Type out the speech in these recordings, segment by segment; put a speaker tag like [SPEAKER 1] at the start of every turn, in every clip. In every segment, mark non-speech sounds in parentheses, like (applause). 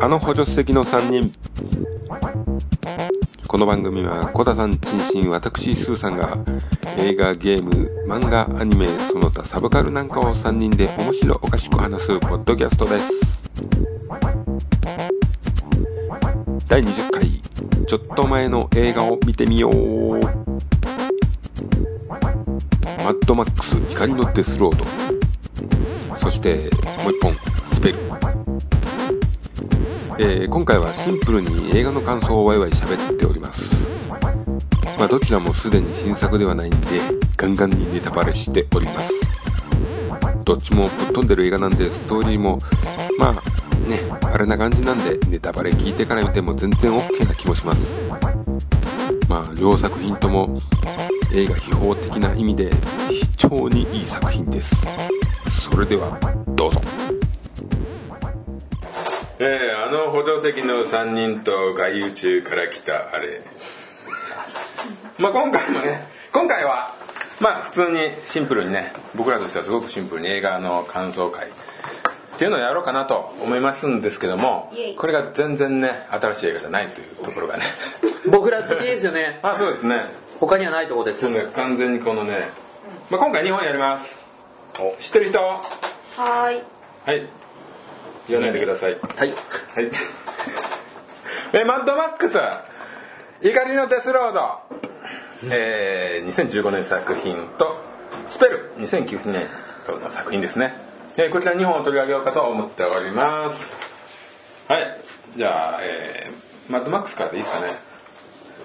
[SPEAKER 1] あの補助席の3人この番組は小田さん陳身私スーさんが映画ゲーム漫画アニメその他サブカルなんかを3人で面白おかしく話すポッドキャストです第20回ちょっと前の映画を見てみようマッドマックス光のデスロードそしてもう一本スペルえー今回はシンプルに映画の感想をワイワイ喋っておりますまあどちらもすでに新作ではないんでガンガンにネタバレしておりますどっちもぶっ飛んでる映画なんでストーリーもまあねあれな感じなんでネタバレ聞いてから見ても全然 OK な気もしますまあ両作品とも映画秘宝的な意味で非常にいい作品ですそれではどうぞえー、あの補助席の3人と外遊中から来たあれまあ今回もね今回はまあ普通にシンプルにね僕らとしてはすごくシンプルに映画の感想会っていうのをやろうかなと思いますんですけども
[SPEAKER 2] イエイ
[SPEAKER 1] これが全然ね新しい映画じゃないというところが
[SPEAKER 2] (laughs)
[SPEAKER 1] ね
[SPEAKER 3] 僕ら的ですよね
[SPEAKER 1] あそうですね
[SPEAKER 3] 他にはないとこです
[SPEAKER 1] そうね完全にこのね、まあ、今回2本やります知ってる人は
[SPEAKER 2] はーい。
[SPEAKER 1] い言わないでください
[SPEAKER 3] はい
[SPEAKER 1] はい。えー、マッドマックス、怒りのデスロード、えー、2015年作品と、スペル、2009年との作品ですね。えー、こちら2本を取り上げようかと思っております。はい。じゃあ、えー、マッドマックスからでいいです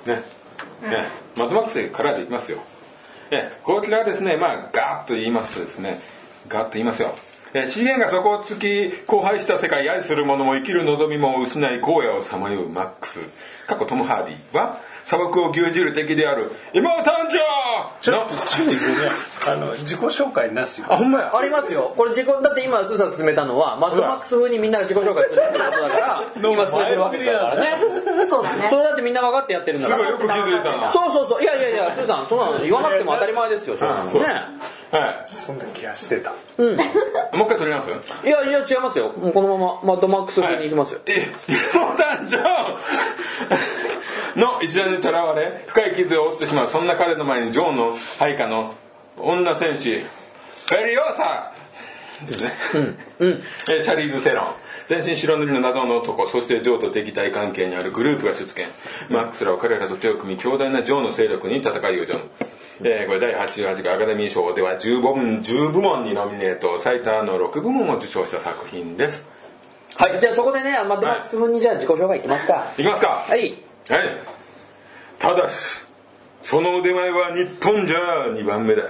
[SPEAKER 1] かね。ね。ねマッドマックスからでいきますよ。えーこちらはですね、まあ、ガーッと言いますとですね、ガーッと言いますよ。えー資源が底をつき、荒廃した世界、愛する者も生きる望みも失い、荒野をさまようマックス。過去トム・ハーディは、砂漠を牛耳る敵である、今を誕
[SPEAKER 4] ち
[SPEAKER 1] 生
[SPEAKER 4] ょ
[SPEAKER 1] の
[SPEAKER 4] っと、ちょっと、あの、自己紹介なしよ。
[SPEAKER 1] あ、ほんまや。
[SPEAKER 3] ありますよこれ自己だって今スーさん進めたのはマッドマックス風にみんなが自己紹介するっていうことだから今進めてるわけだからね
[SPEAKER 2] そうだ
[SPEAKER 3] そ
[SPEAKER 2] ね。
[SPEAKER 3] れだってみんな分かってやってるんだ
[SPEAKER 1] す
[SPEAKER 3] か
[SPEAKER 1] ごい
[SPEAKER 3] ら
[SPEAKER 1] よく気づいたな。
[SPEAKER 3] そうそうそういやいやいやスーさんそうなの言わなくても当たり前ですよそうなのね
[SPEAKER 1] は
[SPEAKER 4] そんな気がしてた。
[SPEAKER 1] い。もう一回取ります
[SPEAKER 3] いやいや違いますよもうこのままマッドマックス風に行きますよ
[SPEAKER 1] え、今を誕生の一覧にとらわれ、深い傷を負ってしまう、そんな彼の前に、ジョーの配下の女戦士、ベリオーサですね。えーシャリーズ・セロン全身白塗りの謎の男そしてジョーと敵対関係にあるグループが出現マックスらは彼らと手を組み強大なジョーの勢力に戦いを挑む、えーこれ第88回アカデミー賞では10部門 ,10 部門にノミネート最多の6部門を受賞した作品です
[SPEAKER 3] はいじゃあそこでねマッドマックス風にじゃあ自己紹介いきますか
[SPEAKER 1] いきますか
[SPEAKER 3] はい
[SPEAKER 1] はいただしその腕前は日本じゃ2番目だ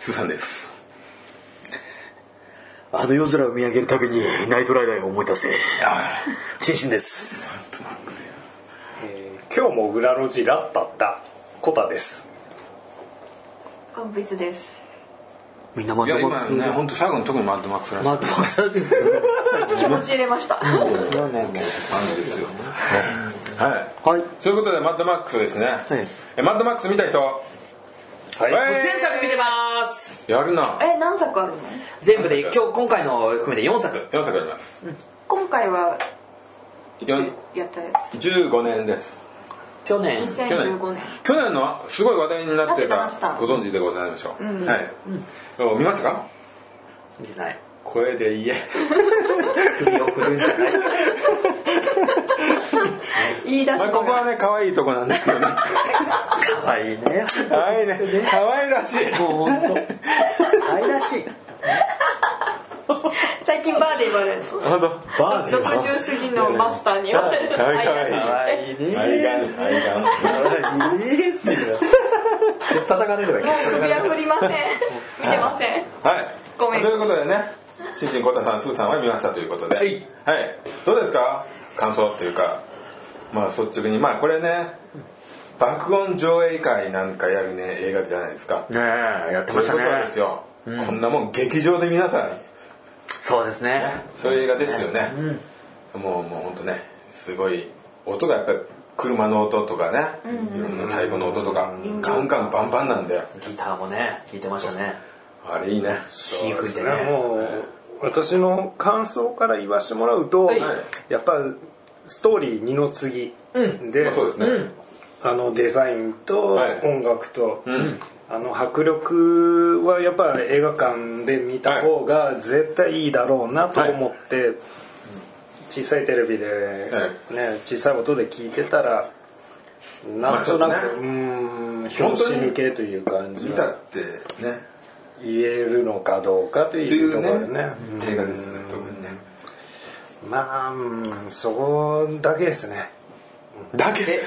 [SPEAKER 1] スーさんです
[SPEAKER 5] あの夜空を見上げるたびにナイトライダーを思い出せ。謹身です。
[SPEAKER 4] 今日も裏路地ラッタッタ、コタです。
[SPEAKER 2] あ、別です。
[SPEAKER 5] みんなマ
[SPEAKER 1] い
[SPEAKER 5] ッ
[SPEAKER 1] や
[SPEAKER 5] ドマッ
[SPEAKER 1] 今
[SPEAKER 5] クス。
[SPEAKER 1] ね本当最後の特にマッドマックスらしい
[SPEAKER 3] マッドマックス風ですよ
[SPEAKER 2] 気持ち入れました。は
[SPEAKER 1] あるんですよはい
[SPEAKER 3] はい
[SPEAKER 1] そういうことでマッドマックスですね、
[SPEAKER 3] い
[SPEAKER 1] えマッドマックス見た人は
[SPEAKER 4] はい。
[SPEAKER 3] 前作見てます
[SPEAKER 1] やるな
[SPEAKER 2] (laughs) え、何作あるの？
[SPEAKER 3] 全部で今日今回の含めて4作
[SPEAKER 1] 4作あります
[SPEAKER 2] 今回はいつ
[SPEAKER 1] よん
[SPEAKER 2] やったやつ？
[SPEAKER 1] 15年です
[SPEAKER 3] 去年
[SPEAKER 2] 2015年。
[SPEAKER 1] 去年のすごい話題になって
[SPEAKER 2] な
[SPEAKER 1] た
[SPEAKER 2] ってたなって
[SPEAKER 1] ご存知でございましょう、
[SPEAKER 2] うん
[SPEAKER 1] はい、お見ましたか
[SPEAKER 3] 見てない
[SPEAKER 1] 声で言え
[SPEAKER 3] 首を振るんじゃない
[SPEAKER 2] 言い出す
[SPEAKER 1] まあ
[SPEAKER 2] の
[SPEAKER 1] ここ
[SPEAKER 2] が
[SPEAKER 1] はね可愛いとこなんですけどね
[SPEAKER 3] 可愛いね
[SPEAKER 1] 可愛いね可愛らしい
[SPEAKER 3] もう本当可愛らしい
[SPEAKER 2] 最近バーで言われるの。
[SPEAKER 1] 本当
[SPEAKER 5] バーで
[SPEAKER 2] 60
[SPEAKER 5] は。
[SPEAKER 2] 過ぎのマスターに言われる。
[SPEAKER 1] かわいいかわいい
[SPEAKER 2] は
[SPEAKER 3] 可愛いね
[SPEAKER 1] 愛がん愛がん
[SPEAKER 5] えーっていう
[SPEAKER 3] 鉄叩かれるだけ
[SPEAKER 2] もう首は振りませ (laughs) ん。見てません。
[SPEAKER 1] はい
[SPEAKER 2] ごめん
[SPEAKER 1] ということでね新人コタさんスーさんは見ましたということではい、どうですか感想というかまあ率直にまあこれね爆音上映会なんかやるね映画じゃないですか
[SPEAKER 3] ねえやって
[SPEAKER 1] そう
[SPEAKER 3] ま
[SPEAKER 1] いう
[SPEAKER 3] し
[SPEAKER 1] こ
[SPEAKER 3] た
[SPEAKER 1] と
[SPEAKER 3] ね
[SPEAKER 1] なんですよ、こんなもん劇場で皆さん
[SPEAKER 3] そうですね
[SPEAKER 1] そういう映画ですよね、もうもうほんとねすごい音がやっぱり車の音とかね、いろんな太鼓の音とか、ガンガンバンバンなんだよ
[SPEAKER 3] ギターもね聞いてましたね
[SPEAKER 1] あれいいね
[SPEAKER 3] 弾いて
[SPEAKER 4] そ
[SPEAKER 3] ね
[SPEAKER 4] れはもう、私の感想から言わしてもらうと、
[SPEAKER 3] はい
[SPEAKER 4] やっぱストーリー二の次で,、
[SPEAKER 1] まあそうですね、
[SPEAKER 4] あのデザインと
[SPEAKER 1] はい
[SPEAKER 4] 音楽と、
[SPEAKER 1] ん
[SPEAKER 4] あの迫力はやっぱ映画館で見た方が絶対いいだろうなと思って、小さいテレビで、ね、小さい音で聞いてたらなん
[SPEAKER 1] まあちょっ
[SPEAKER 4] となく、
[SPEAKER 1] と
[SPEAKER 4] う
[SPEAKER 1] ね
[SPEAKER 4] ーん拍
[SPEAKER 1] 本
[SPEAKER 4] 子
[SPEAKER 1] 当に
[SPEAKER 4] 抜けという感じ
[SPEAKER 1] 見た
[SPEAKER 4] は
[SPEAKER 1] ってね
[SPEAKER 4] 言えるのかどうかと
[SPEAKER 1] ってい
[SPEAKER 4] いう
[SPEAKER 1] う
[SPEAKER 4] ところでね
[SPEAKER 1] ね映画ですよね
[SPEAKER 4] うん
[SPEAKER 1] 特にね
[SPEAKER 4] まあうんそこだけですね
[SPEAKER 1] だけ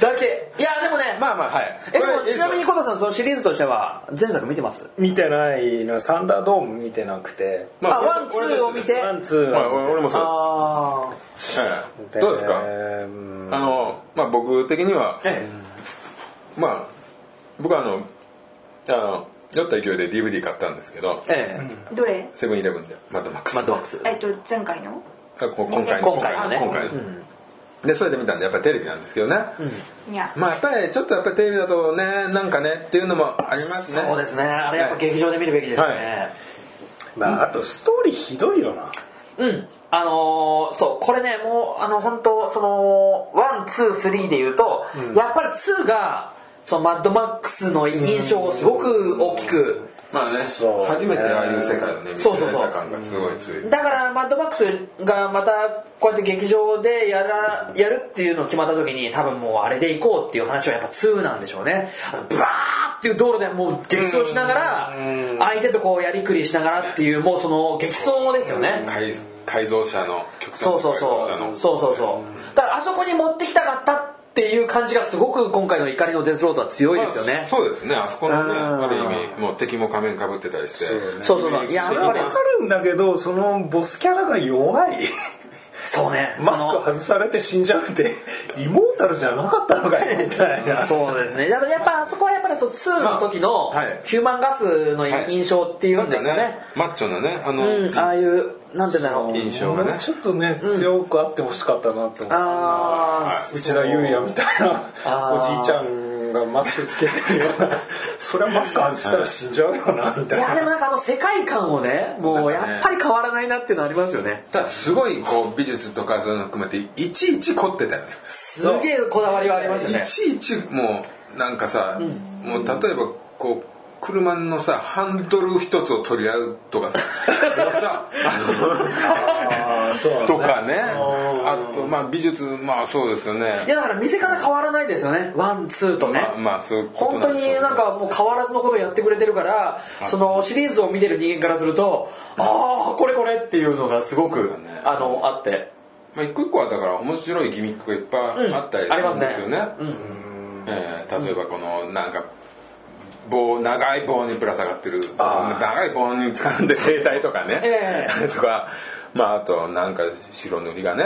[SPEAKER 3] だけいやでもね
[SPEAKER 1] まあまあはい
[SPEAKER 3] えでもちなみにコタさんそのシリーズとしては前作見てます
[SPEAKER 4] 見てないのはサンダードーム見てなくて
[SPEAKER 1] まあ
[SPEAKER 3] あワンツーを見て
[SPEAKER 4] ワンツー
[SPEAKER 1] まあ俺俺もそう
[SPEAKER 3] あ
[SPEAKER 1] ですはい
[SPEAKER 4] で
[SPEAKER 1] どうですか
[SPEAKER 4] うん
[SPEAKER 1] あのまあ僕的には
[SPEAKER 3] あえ
[SPEAKER 1] まあ僕はあのあの酔った勢いで DVD 買ったんですけど
[SPEAKER 3] えええ
[SPEAKER 2] どれ
[SPEAKER 1] セブンイレブンでマッドマックス
[SPEAKER 3] マッドマックス
[SPEAKER 2] えっと前回の
[SPEAKER 1] あこ今回
[SPEAKER 3] 今回のね
[SPEAKER 1] 今回のでそれで見たんでやっぱりテレビなんですけどね
[SPEAKER 2] にゃ
[SPEAKER 1] まあやっぱりちょっとやっぱりテレビだとねなんかねっていうのもありますね
[SPEAKER 3] そうですねあれやっぱ劇場で見るべきですね、
[SPEAKER 1] は
[SPEAKER 4] まああとストーリーひどいよな
[SPEAKER 3] うんあのーそうこれねもうあの本当そのワンツースリーで言うと、やっぱりツーがそのマッドマックスの印象をすごく大きく
[SPEAKER 1] まあね
[SPEAKER 4] そう
[SPEAKER 1] 初めてああいう世界をね見
[SPEAKER 3] そう
[SPEAKER 1] つ
[SPEAKER 3] そう
[SPEAKER 1] め
[SPEAKER 3] そう
[SPEAKER 1] た感がすごい強い
[SPEAKER 3] だからマッドマックスがまたこうやって劇場でやらやるっていうのを決まった時に多分もうあれで行こうっていう話はやっぱ2なんでしょうねあのブワーっていう道路でもう激走しながら相手とこうやりくりしながらっていうもうその激走ですよね
[SPEAKER 1] 改改造車の曲
[SPEAKER 3] そうそうそうそうそうそうだからあそこに持ってきたかったっていう感じがすごく今回の怒りのデスロードは強いですよね
[SPEAKER 1] そうですねあそこのね
[SPEAKER 3] うん
[SPEAKER 1] ある意味もう敵も仮面かぶってたりして
[SPEAKER 3] そうそうそういや
[SPEAKER 4] それ
[SPEAKER 3] やっ
[SPEAKER 4] は
[SPEAKER 3] ぱり
[SPEAKER 4] わかるんだけどそのボスキャラが弱い
[SPEAKER 3] そうね
[SPEAKER 4] マスク外されて死んじゃうってイモータルじゃなかったのかよみたいな
[SPEAKER 3] そうですねやっぱやっぱあそこはやっぱりそう2の時の
[SPEAKER 1] まあはい
[SPEAKER 3] ヒューマンガスの
[SPEAKER 1] はい
[SPEAKER 3] 印象ってい
[SPEAKER 1] な
[SPEAKER 3] うんんで
[SPEAKER 1] か
[SPEAKER 3] すよ
[SPEAKER 1] ね
[SPEAKER 3] ね、
[SPEAKER 1] マッチョなねあ
[SPEAKER 3] うん、あ
[SPEAKER 1] の
[SPEAKER 3] あいうなんて言うんだろう
[SPEAKER 1] 印象が
[SPEAKER 4] も
[SPEAKER 1] ね
[SPEAKER 4] うちょっとね強くあってほしかったなと思う
[SPEAKER 3] ああ
[SPEAKER 4] うちらゆうやみたいな
[SPEAKER 3] あー
[SPEAKER 4] おじいちゃんがマスクつけてるようなそれはマスク外したら死んじゃうよなみた
[SPEAKER 3] い
[SPEAKER 4] いな
[SPEAKER 3] やでもなんかあの世界観をねもうやっぱり変わらないなっていうのありますよね
[SPEAKER 1] ただすごいこう美術とかそういうの含めていちいち凝ってたよね
[SPEAKER 3] すげえこだわりはありました
[SPEAKER 1] い
[SPEAKER 3] ね
[SPEAKER 1] ちいちもうなんかさもう例えばこう車のさハンドル一つを取り合うと
[SPEAKER 3] (laughs)
[SPEAKER 1] かささ
[SPEAKER 4] あーそう
[SPEAKER 1] あのとかねあとまあ美術まあそうですよね
[SPEAKER 3] いやだから見せ方変わらないですよねワンツーとね、
[SPEAKER 1] まあまあそういうこと
[SPEAKER 3] 本当
[SPEAKER 1] でしょう
[SPEAKER 3] に
[SPEAKER 1] ね
[SPEAKER 3] なんかもう変わらずのことをやってくれてるからそのシリーズを見てる人間からするとああこれこれっていうのがすごく
[SPEAKER 1] ね
[SPEAKER 3] あのあって
[SPEAKER 1] まあ、一個一個はだから面白いギミックがいっぱいあったり
[SPEAKER 3] うんありますね
[SPEAKER 1] するんですよね,、えー例えばこのなんか棒長い棒にぶら下がってる長い棒に絡んで携帯とかね、
[SPEAKER 3] え
[SPEAKER 1] とか、まあ、あとなんか白塗りがね、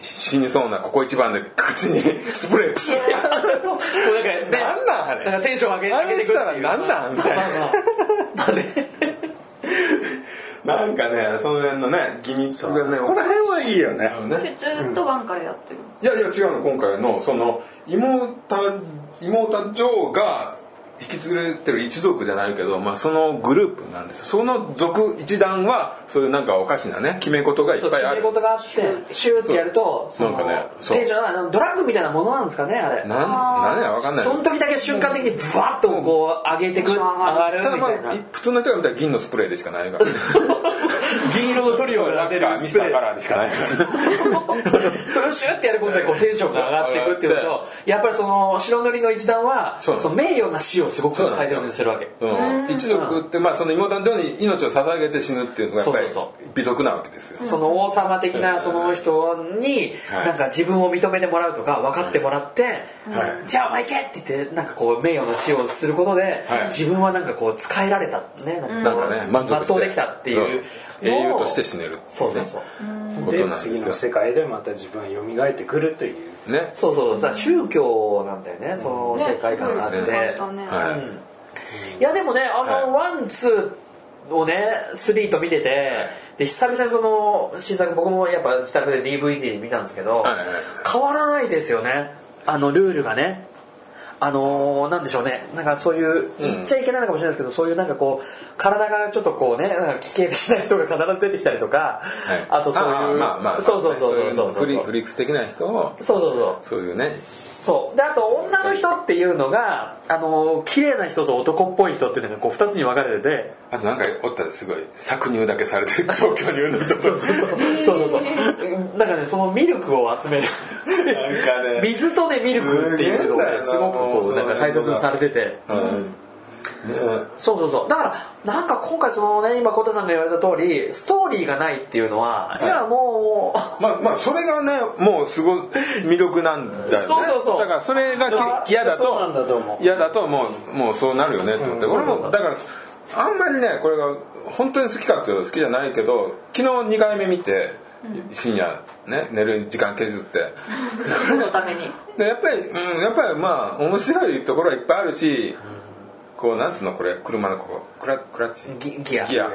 [SPEAKER 1] 死にそうなここ一番で口に (laughs) スプレープスッ
[SPEAKER 3] もうなんかね
[SPEAKER 1] なんなんあれ
[SPEAKER 3] なんかテンション上げ
[SPEAKER 1] あ
[SPEAKER 3] 上げ
[SPEAKER 1] れ
[SPEAKER 3] て
[SPEAKER 1] し
[SPEAKER 3] くる
[SPEAKER 1] たらなんなんみたいな
[SPEAKER 3] まあね
[SPEAKER 1] なんかねその辺のねギミックがね
[SPEAKER 4] そこら辺はいいよね
[SPEAKER 1] あのね
[SPEAKER 2] それずーっとワンからやってる
[SPEAKER 1] いやいや違うの今回のその妹妹女王が引き連れてる一族じゃないけど、まあ、そのグループなんですよその族一団はそういうなんかおかしなね決め事がいっ
[SPEAKER 3] そう
[SPEAKER 1] ぱい
[SPEAKER 3] 決
[SPEAKER 1] あ
[SPEAKER 3] め
[SPEAKER 1] る
[SPEAKER 3] 事があってシューってやるとその
[SPEAKER 1] なんかねそう
[SPEAKER 3] テンションあのドラッグみたいなものなんですかねあれ
[SPEAKER 1] なん何やわかんない
[SPEAKER 3] その時だけ瞬間的にブワッとこう上げてく
[SPEAKER 2] うん
[SPEAKER 3] 上がるみ
[SPEAKER 1] ただまあ
[SPEAKER 3] たいな
[SPEAKER 1] 普通の人が見たら銀のスプレーでしかないから
[SPEAKER 3] 銀色のトリオを
[SPEAKER 1] ラ
[SPEAKER 3] 当
[SPEAKER 1] ッ
[SPEAKER 3] て
[SPEAKER 1] カ
[SPEAKER 3] る
[SPEAKER 1] ーミ
[SPEAKER 3] ス
[SPEAKER 1] ス
[SPEAKER 3] プ
[SPEAKER 1] ター
[SPEAKER 3] レ
[SPEAKER 1] カ
[SPEAKER 3] ー
[SPEAKER 1] ラーでしかないから
[SPEAKER 3] それをシュッてやることでこうテンションが上がっていくっていうの
[SPEAKER 1] 上が
[SPEAKER 3] とやっぱりその白塗りの一団は
[SPEAKER 1] そう
[SPEAKER 3] その名誉な死をすごく
[SPEAKER 1] そうなんです
[SPEAKER 3] 大
[SPEAKER 1] よ
[SPEAKER 3] 切にするわけ
[SPEAKER 1] うん一族って、まあ、その妹女王に命を捧げて死ぬっていうのがやっぱり
[SPEAKER 3] そうそう
[SPEAKER 1] 美徳なわけですよ
[SPEAKER 3] その王様的なその人に
[SPEAKER 1] はい
[SPEAKER 3] なんか自分を認めてもらうとか分かってもらって
[SPEAKER 1] は
[SPEAKER 3] じゃあお前行けって言ってなんかこう名誉の死をすることで
[SPEAKER 1] はい
[SPEAKER 3] 自分はなんかこう使えられたねな
[SPEAKER 1] なんかね満足して
[SPEAKER 3] 全うできたってい
[SPEAKER 1] う
[SPEAKER 3] う
[SPEAKER 1] ん英雄
[SPEAKER 3] のを
[SPEAKER 1] として死ねるって
[SPEAKER 3] そ
[SPEAKER 1] いうう
[SPEAKER 3] そう
[SPEAKER 1] ね
[SPEAKER 3] そう
[SPEAKER 1] ことなん
[SPEAKER 4] で
[SPEAKER 1] ですよ
[SPEAKER 4] 次の世界でまた自分は蘇ってくるという
[SPEAKER 1] ね
[SPEAKER 3] そうそうそうだから宗教なんだよねその世界観があって、
[SPEAKER 2] ねすごいですよね
[SPEAKER 1] はい
[SPEAKER 3] いやでもねあの
[SPEAKER 1] は
[SPEAKER 3] ワンツーをね3と見てて、で久々にその新作僕もやっぱ自宅で DVD で見たんですけど、
[SPEAKER 1] はいはい
[SPEAKER 3] 変わらないですよねあのルールがねあのーなんでしょうねなんかそういう言っちゃいけないのかもしれないですけど、そういうなんかこう体がちょっとこうねなんか危険的な人が必ず出てきたりとか、
[SPEAKER 1] はい
[SPEAKER 3] あとそういう
[SPEAKER 1] まあまあ
[SPEAKER 3] そうそうそうそうそう
[SPEAKER 1] フリフリックス的な人を
[SPEAKER 3] そうそうそう
[SPEAKER 1] そういうね
[SPEAKER 3] そうであと女の人っていうのがあの綺麗な人と男っぽい人っていうのがこう2つに分かれてて
[SPEAKER 1] あとなんかおったらすごい搾乳だけされてる東京乳の人とか
[SPEAKER 3] そうそうそうなんかねそのミルクを集める
[SPEAKER 1] なんかね
[SPEAKER 3] 水とねミルクっていうのがね
[SPEAKER 1] す
[SPEAKER 3] す
[SPEAKER 1] げえな
[SPEAKER 3] ごくこ
[SPEAKER 1] もう
[SPEAKER 3] うなんか大切にされてて
[SPEAKER 1] うんね
[SPEAKER 3] そうそうそうだからなんか今回そのね今コタさんが言われた通りストーリーがないっていうのは、い、やもう
[SPEAKER 1] まあまあそれがねもうすごい魅力なんだよね
[SPEAKER 3] そうそうそう
[SPEAKER 1] だからそれがき嫌だ
[SPEAKER 4] そうなんだ
[SPEAKER 1] と
[SPEAKER 4] と思う
[SPEAKER 1] 嫌だともうもうそうなるよねって思って、俺もだからあんまりねこれが本当に好きかっていうと好きじゃないけど昨日2回目見て、深夜ね寝る時間削って
[SPEAKER 2] 何のために
[SPEAKER 1] でやっぱり、うん、やっぱりまあ面白いところはいっぱいあるし、こうなんつうのこれ車のこうクラクラッチ
[SPEAKER 3] ギギア
[SPEAKER 1] ギア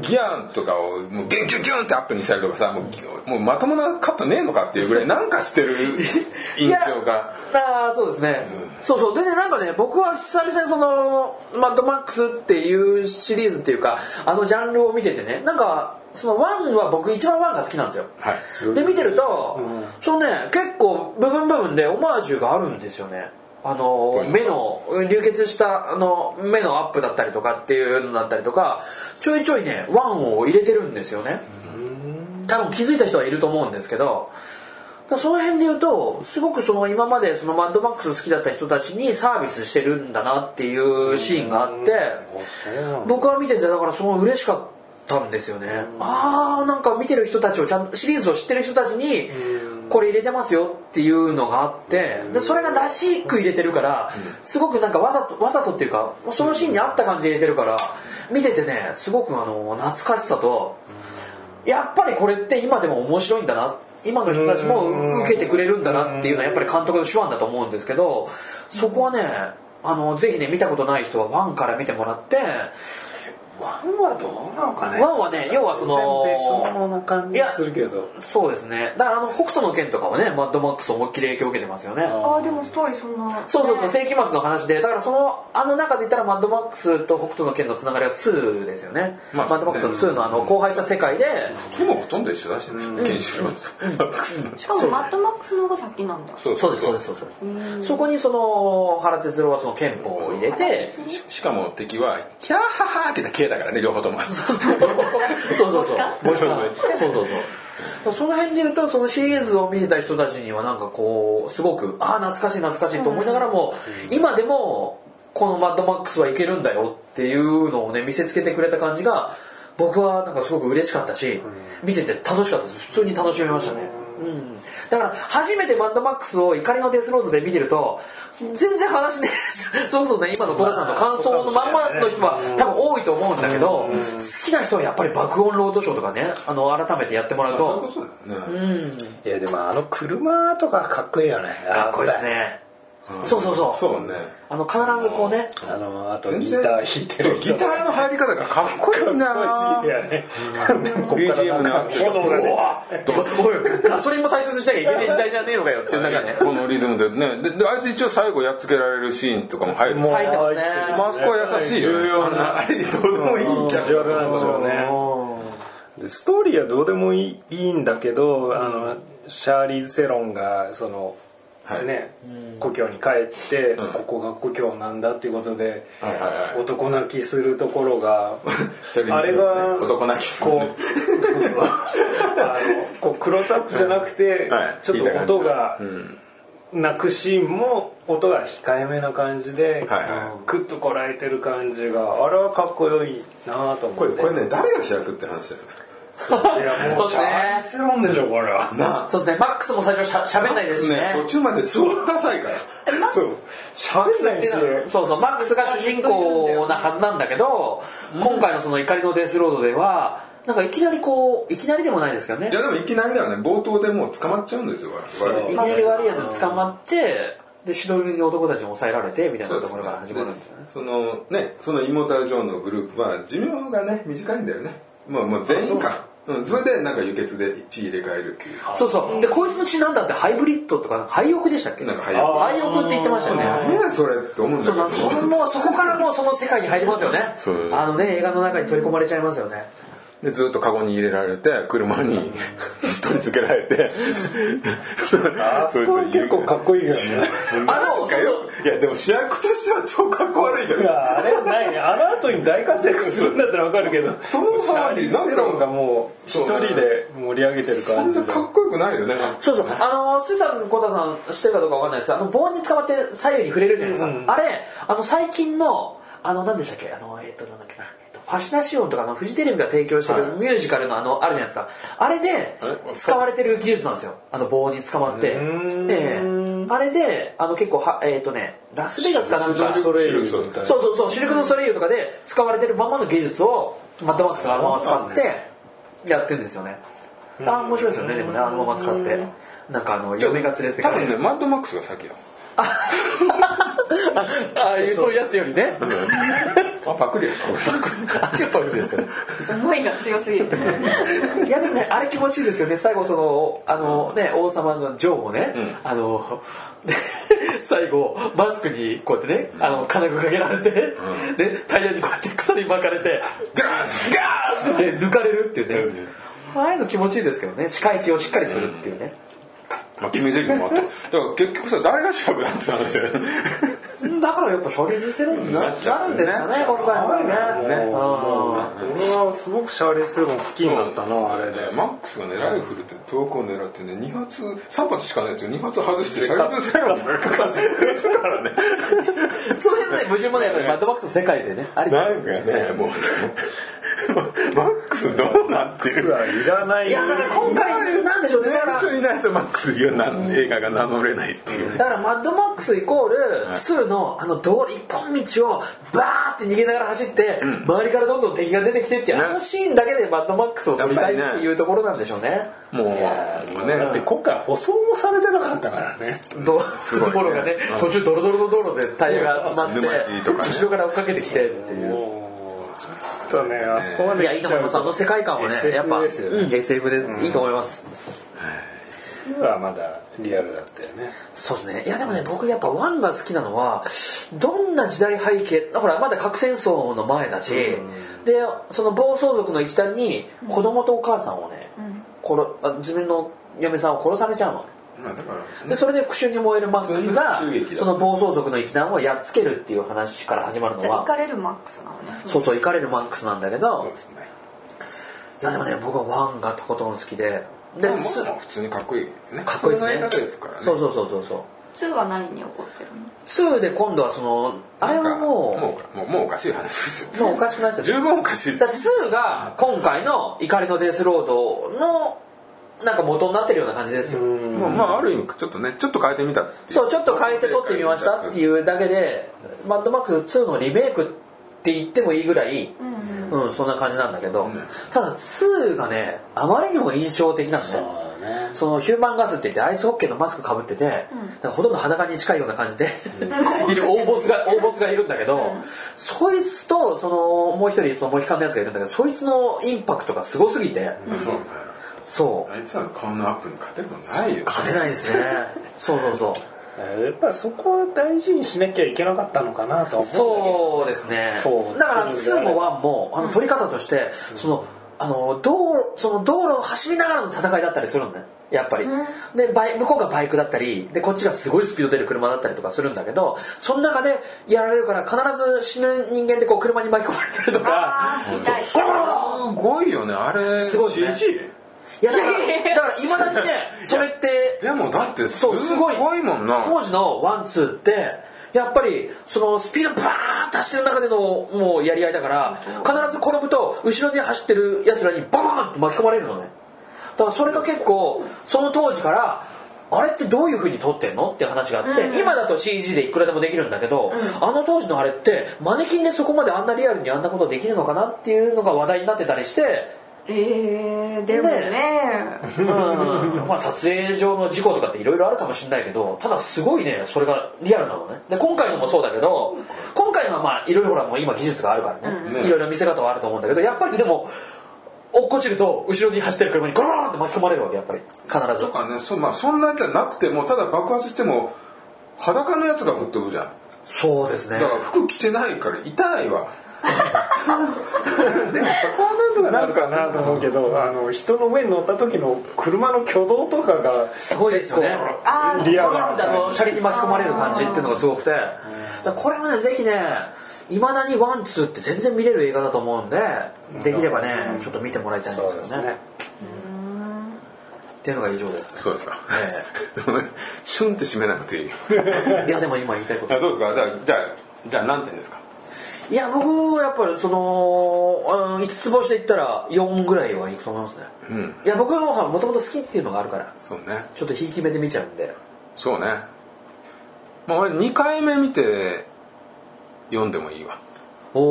[SPEAKER 1] ギアとかをもうギュンギュンギュンってアップにしたりとかさもうギュもうまともなカットねえのかっていうぐらいなんかしてる印象が
[SPEAKER 3] ああそうですね、そうそうでねなんかね僕は久々にその「マッドマックス」っていうシリーズっていうかあのジャンルを見ててねなんかその1は僕一番1が好きなんですよ、
[SPEAKER 1] はい
[SPEAKER 3] で見てると、そのね結構部分部分でオマージュがあるんですよねあの
[SPEAKER 1] い
[SPEAKER 3] 目の流血したあの目のアップだったりとかっていうのだったりとかちょいちょいね1を入れてるんですよね多分気づいた人はいると思うんですけどだからその辺で言うとすごくその今までそのマッドマックス好きだった人たちにサービスしてるんだなっていうシーンがあって僕は見ててだからその嬉しかったんですよねああなんか見てる人たちをちゃんとシリーズを知ってる人たちにこれ入れてますよっていうのがあってでそれがらしく入れてるからすごくなんかわざとわざとっていうかそのシーンに合った感じで入れてるから見ててねすごくあの懐かしさとやっぱりこれって今でも面白いんだな今の人たちも受けてくれるんだなっていうのはやっぱり監督の手腕だと思うんですけどそこはねあのぜひね見たことない人は1から見てもらって
[SPEAKER 4] ワンはどうなのか
[SPEAKER 3] 1はね要はその
[SPEAKER 4] 全然別物な感じするけど
[SPEAKER 3] そうですねだからあの北斗の拳とかはねマッドマックス思いっきり影響を受けてますよね
[SPEAKER 2] ああでもストーリーそんな
[SPEAKER 3] そうそうそう
[SPEAKER 2] ね
[SPEAKER 3] 世紀末の話でだからそのあの中で言ったらマッドマックスと北斗の拳のつながりは2ですよね、
[SPEAKER 1] まあ
[SPEAKER 3] マッドマックスと2のあの荒廃した世界で、
[SPEAKER 1] 木もほとんど一緒だしね研修も
[SPEAKER 2] しかもマッドマックスの方が先なんだ
[SPEAKER 1] そう
[SPEAKER 3] そうですそうですそうですそこにその原哲郎はその憲法を入れ (laughs) て
[SPEAKER 2] そう
[SPEAKER 1] ししかも敵は「ヒャーハハー」って言ったら消えたからね両方とも
[SPEAKER 3] そうそう (laughs) そうもう一回そうそうそうその辺で言うとそのシリーズを見てた人たちにはなんかこうすごくああ懐かしい懐かしいと思いながらも、今でもこの「マッドマックス」はいけるんだよっていうのをね見せつけてくれた感じが僕はなんかすごく嬉しかったし、見てて楽しかったです普通に楽しめましたね、うん、だから初めてマッドマックスを怒りのデスロードで見てると全然話ね (laughs) そもそもね今の戸田さんの感想のまんまの人は多分多いと思うんだけど好きな人はやっぱり爆音ロードショーとかねあの改めてやってもらう
[SPEAKER 1] そういうこととだよね
[SPEAKER 4] いやでもあの車とかかっこいいよね
[SPEAKER 3] かっこいいですねそうそうそう
[SPEAKER 1] そうね
[SPEAKER 3] あの必ずこうね
[SPEAKER 4] あのあと
[SPEAKER 1] 全
[SPEAKER 4] ギタ
[SPEAKER 1] 然
[SPEAKER 4] ー弾いてる
[SPEAKER 1] ギターの入り方がかっこいいんだよ
[SPEAKER 4] 好
[SPEAKER 1] な
[SPEAKER 4] きやねこっから
[SPEAKER 1] BGM
[SPEAKER 4] な
[SPEAKER 1] の
[SPEAKER 4] んか炎がね
[SPEAKER 3] おいガソリンも大切にしなきゃいけない時代じゃねえのかよっていう中ね
[SPEAKER 1] このリズムでねでであいつ一応最後やっつけられるシーンとかも入る
[SPEAKER 4] もう
[SPEAKER 1] ま
[SPEAKER 3] 入ってますね
[SPEAKER 4] 入
[SPEAKER 1] あそこは優しいよね
[SPEAKER 4] 重要な
[SPEAKER 1] あれどうでもいいキ
[SPEAKER 4] ビ
[SPEAKER 1] ャ
[SPEAKER 4] ジュア
[SPEAKER 1] ラ
[SPEAKER 4] ルなんですよねでストーリーはどうでもいいいいんだけど、あのシャーリーズ・セロンがその、
[SPEAKER 1] はい
[SPEAKER 4] ね、故郷に帰って、ここが故郷なんだっていうことで、
[SPEAKER 1] はいはいはい
[SPEAKER 4] 男泣きするところが
[SPEAKER 1] (laughs) シャーリーズ
[SPEAKER 4] あれが
[SPEAKER 1] 男泣きするね
[SPEAKER 4] こうそうそうあのこうクロスアップじゃなくて、
[SPEAKER 1] はい
[SPEAKER 4] ちょっと音が
[SPEAKER 1] うん
[SPEAKER 4] 泣くシーンも音が控えめな感じ
[SPEAKER 1] はい
[SPEAKER 4] で、
[SPEAKER 1] は
[SPEAKER 4] クッとこらえてる感じがあれはかっこよいなと思って
[SPEAKER 1] これこれね誰が主役って話だよ
[SPEAKER 4] いやもう
[SPEAKER 3] そうですね
[SPEAKER 4] シャーリーズセロンでしょこれは
[SPEAKER 1] なあ
[SPEAKER 3] そうですねマックスも最初しゃしゃべんないですしね
[SPEAKER 1] ね途中まで座ったダサいから
[SPEAKER 4] そう喋んないし
[SPEAKER 3] そうそうマックスが主人公なはずなんだけど、今回のその怒りのデスロードではなんかいきなりこういきなりでもないですけどね
[SPEAKER 1] いやでもいきなりだよね冒頭でもう捕まっちゃうんですよ
[SPEAKER 4] そう
[SPEAKER 3] いきなり悪いやつに捕まってで白塗りの男たちに抑えられてみたいなところから始まるんですよね
[SPEAKER 1] でそのねそのイモータル・ジョーンのグループは寿命がね短いんだよねもうもう全員かうん、それでなんか輸血で1入れ替えるっていう
[SPEAKER 3] そうそうでこいつの血なんだってハイブリッドとかなんか廃屋でしたっけ
[SPEAKER 1] なんか廃屋
[SPEAKER 3] 廃屋って言ってましたよね
[SPEAKER 1] 何やそれって思うんだ
[SPEAKER 3] そ
[SPEAKER 1] け
[SPEAKER 3] う
[SPEAKER 1] ど
[SPEAKER 3] なんですそもうそこからもうその世界に入りますよね
[SPEAKER 1] そう
[SPEAKER 3] あのね映画の中に取り込まれちゃいますよね
[SPEAKER 1] でずっとカゴに入れられて車に (laughs) 取り付けられてそ
[SPEAKER 4] あそこは結構かっこいいよね
[SPEAKER 3] あの
[SPEAKER 1] いやいやでも主役としては超かっこ悪いけ
[SPEAKER 4] い
[SPEAKER 1] ど
[SPEAKER 4] やあれないねあの後に大活躍するんだったらわかるけど
[SPEAKER 1] その前になんか
[SPEAKER 4] シャーリーズセロンがもう一人で盛り上げてる
[SPEAKER 1] そ
[SPEAKER 4] 感
[SPEAKER 1] ん
[SPEAKER 4] じ
[SPEAKER 1] な
[SPEAKER 4] で
[SPEAKER 1] かっこよくないよね
[SPEAKER 3] そうそうあのスーさんコタさん知ってるかどうかわかんないですけどあの棒に捕まって左右に触れるじゃないですか、あれあの最近のあの何でしたっけあのえっ、となんだっけな、えっとファシナシオンとかあのフジテレビが提供して
[SPEAKER 1] はい
[SPEAKER 3] るミュージカルのあのあるじゃないですかあれで
[SPEAKER 1] あれ
[SPEAKER 3] 使われてる技術なんですよあの棒に捕まってええあれであの結構はえっ、とねラスベガスかなんか
[SPEAKER 4] それより
[SPEAKER 1] そうそう
[SPEAKER 3] そうそうそうシルク・ドゥ・ソレイユとかで使われてるまんまの技術をマッドマックスがあのまま使ってやってるんですよねあ面白いですよねでもねあのまま使ってなんかあの嫁が連れて
[SPEAKER 1] 多
[SPEAKER 3] く
[SPEAKER 1] 分ね
[SPEAKER 3] る
[SPEAKER 1] マッドマックスが先だ
[SPEAKER 3] ああいうそういうやつよりね
[SPEAKER 1] あパクリや
[SPEAKER 3] あっちがパクですから
[SPEAKER 2] 思いが強すぎ (laughs) る。
[SPEAKER 3] いやでもねあれ気持ちいいですよね最後そのあのね王様のジョーもね、あの (laughs) 最後マスクにこうやってねあの金具かけられて、でタイヤにこうやって鎖巻かれてガーンガーンって抜かれるっていうね、ああいうの気持ちいいですけどね仕返しをしっかりするっていうね、
[SPEAKER 1] (laughs) まあ決め台詞もあっただから結局さ誰が主役なんて話だよね (laughs)
[SPEAKER 3] だからやっぱシャーリーズ・セロンになな
[SPEAKER 1] なっちゃう
[SPEAKER 3] るんですかね今回もね
[SPEAKER 1] ね
[SPEAKER 4] 俺はすごくシャーリー・セロン好きになったなあれで
[SPEAKER 1] マックスがねライフルって遠くを狙ってね2発3発しかないやつ2発外してシャルツセロンがかかしてですからね
[SPEAKER 3] その辺で矛盾もねやっぱりマッドマックスの世界でねあり
[SPEAKER 1] なんかねもうねマックスどうなってる
[SPEAKER 4] うわいらない
[SPEAKER 3] いやだから今回なんでしょうねだから
[SPEAKER 1] ちょいないとマックスがなん映画が名乗れないっていうね
[SPEAKER 3] だからマッドマックスイコールスーのあの道一本道をバーって逃げながら走って周りからどんどん敵が出てきてっていう
[SPEAKER 1] ね
[SPEAKER 3] あのシーンだけでマッドマックスを撮りたいって
[SPEAKER 1] やっぱり
[SPEAKER 3] いうところなんでしょうね
[SPEAKER 1] もうもうね
[SPEAKER 4] だって今回舗装もされてなかったからね
[SPEAKER 3] ど
[SPEAKER 1] ごいね
[SPEAKER 3] ところがね途中ドロドロの道路でタイヤが詰まって
[SPEAKER 1] 沼地とかね
[SPEAKER 3] 後ろから追っかけてきてっていう。
[SPEAKER 4] もうちょっとねあそこま
[SPEAKER 3] い
[SPEAKER 4] で
[SPEAKER 3] やいいと思いますあの世界観はね
[SPEAKER 4] SF
[SPEAKER 3] やっぱ
[SPEAKER 4] ですよね
[SPEAKER 3] うん SF でいいと思います、
[SPEAKER 4] スーはまだリアルだったよね
[SPEAKER 3] そうですね。いやでもね、僕やっぱワンが好きなのは、どんな時代背景、だからまだ核戦争の前だし、で、その暴走族の一団に子供とお母さんをね、殺あ自分の嫁さんを殺されちゃうのね。
[SPEAKER 1] まあだから
[SPEAKER 3] でそれで復讐に燃えるマックスが
[SPEAKER 1] そういう悲劇だ
[SPEAKER 3] その暴走族の一団をやっつけるっていう話から始まる
[SPEAKER 2] じ
[SPEAKER 3] の
[SPEAKER 2] ゃあ、行
[SPEAKER 3] は
[SPEAKER 2] かれるマックスなのね。
[SPEAKER 3] そうそうイカれるマックスなんだけ
[SPEAKER 1] そう
[SPEAKER 3] ど
[SPEAKER 1] ですね
[SPEAKER 3] いやでもね僕はワンがとことん好きで
[SPEAKER 1] で
[SPEAKER 3] で
[SPEAKER 1] も
[SPEAKER 3] す
[SPEAKER 1] 普通にかっこいいよね
[SPEAKER 3] かっこいいです
[SPEAKER 1] 普通
[SPEAKER 3] ね
[SPEAKER 1] の映画ですからね
[SPEAKER 3] そうそうそうそうそう
[SPEAKER 2] 2は何に怒ってるの
[SPEAKER 3] 2で今度はそのあれ
[SPEAKER 1] なん
[SPEAKER 3] は
[SPEAKER 1] かも
[SPEAKER 3] も
[SPEAKER 1] う
[SPEAKER 3] う
[SPEAKER 1] もうもうおかしい話ですよ
[SPEAKER 3] もうおかしくなっちゃった
[SPEAKER 1] 十分おかしい
[SPEAKER 3] だって2が今回の「怒りのデスロード」のなんか元になってるような感じですよ
[SPEAKER 1] もうまあある意味ちょっとねちょっと変えてみたってい
[SPEAKER 3] そうちょっと変えて撮ってみましたっていうだけで「マッドマックス2」のリメイクって言ってもいいぐらい、うんそんな感じなんだけど、ただ2がねあまりにも印象的なんだよ
[SPEAKER 4] ね
[SPEAKER 3] そのヒューマンガスって言ってアイスホッケーのマスクかぶってて、なんかほとんど裸に近いような感じで、いる (laughs) 大ボスが大ボスがいるんだけど、そいつとそのもう一人そのモヒカンのやつがいるんだけどそいつのインパクトがすごすぎて、
[SPEAKER 1] そうね
[SPEAKER 3] そう
[SPEAKER 1] あいつらの顔のアップに勝てることないよね
[SPEAKER 3] 勝てないですねそうそうそう
[SPEAKER 4] やっぱそこは大事にしなきゃいけなかったのかなとは思う
[SPEAKER 3] そうですね
[SPEAKER 4] そう
[SPEAKER 3] だから2も1もあの取り方として、そのあの道路その道路を走りながらの戦いだったりするんだよやっぱり、でバイ向こうがバイクだったりでこっちがすごいスピード出る車だったりとかするんだけどその中でやられるから必ず死ぬ人間ってこう車に巻き込まれたりとか
[SPEAKER 2] あー、痛い。
[SPEAKER 3] ゴロゴロゴロ
[SPEAKER 1] すごいよねあれ
[SPEAKER 3] すごいね
[SPEAKER 1] CG
[SPEAKER 3] いやだからだからいまだにねそれって
[SPEAKER 1] でもだってす
[SPEAKER 3] そうすご
[SPEAKER 1] ご
[SPEAKER 3] い
[SPEAKER 1] いもんな
[SPEAKER 3] 当時のワンツーってやっぱりそのスピードバーッと走ってる中でのもうやり合いだから必ず転ぶと後ろに走ってるやつらにババーンって巻き込まれるのねだからそれが結構その当時からあれってどういう風に撮ってんのっていう話があって、今だと CG でいくらでもできるんだけど、あの当時のあれってマネキンでそこまであんなリアルにあんなことできるのかなっていうのが話題になってたりして
[SPEAKER 2] えー、でもね。
[SPEAKER 3] うんまあ撮影上の事故とかっていろいろあるかもしれないけどただすごいねそれがリアルなのねで今回のもそうだけど今回のはまあいろいろほらもう今技術があるからねいろいろ見せ方はあると思うんだけどやっぱりでも落っこちると後ろに走ってる車にゴローンって巻き込まれるわけやっぱり必ず
[SPEAKER 6] とかねそう、まあ、そんなやつはなくてもただ爆発しても裸のやつが降ってくるじゃん
[SPEAKER 3] そうですね
[SPEAKER 6] だから服着てないから痛いわでもそこはなんとか
[SPEAKER 4] なるかなと思うけどあの人の上に乗った時の車の挙動とかが
[SPEAKER 3] すごいですよね
[SPEAKER 2] あー
[SPEAKER 4] リア
[SPEAKER 3] ゴ
[SPEAKER 4] ル
[SPEAKER 3] ロンってあの車輪に巻き込まれる感じっていうのがすごくてだからこれもねぜひねいまだにワンツーって全然見れる映画だと思うんでできればねちょっと見てもらいたいん
[SPEAKER 4] そう
[SPEAKER 3] で
[SPEAKER 4] ですす
[SPEAKER 3] よね
[SPEAKER 4] ね
[SPEAKER 3] っていうのが以上です
[SPEAKER 1] そうですか
[SPEAKER 3] え
[SPEAKER 1] その (laughs) シュンって締めなくて (laughs) いい
[SPEAKER 3] いやでも今言いたいこと
[SPEAKER 1] あどうですかじゃあじゃあじゃあ何点ですか
[SPEAKER 3] いや僕やっぱりその、うん、5つ星で言ったら4ぐらいはいくと思いますね、
[SPEAKER 1] うん
[SPEAKER 3] いや僕はもともと好きっていうのがあるから
[SPEAKER 1] そうね
[SPEAKER 3] ちょっとひいき目で見ちゃうんで
[SPEAKER 1] そうねまあ俺2回目見て読んでもいいわ
[SPEAKER 3] お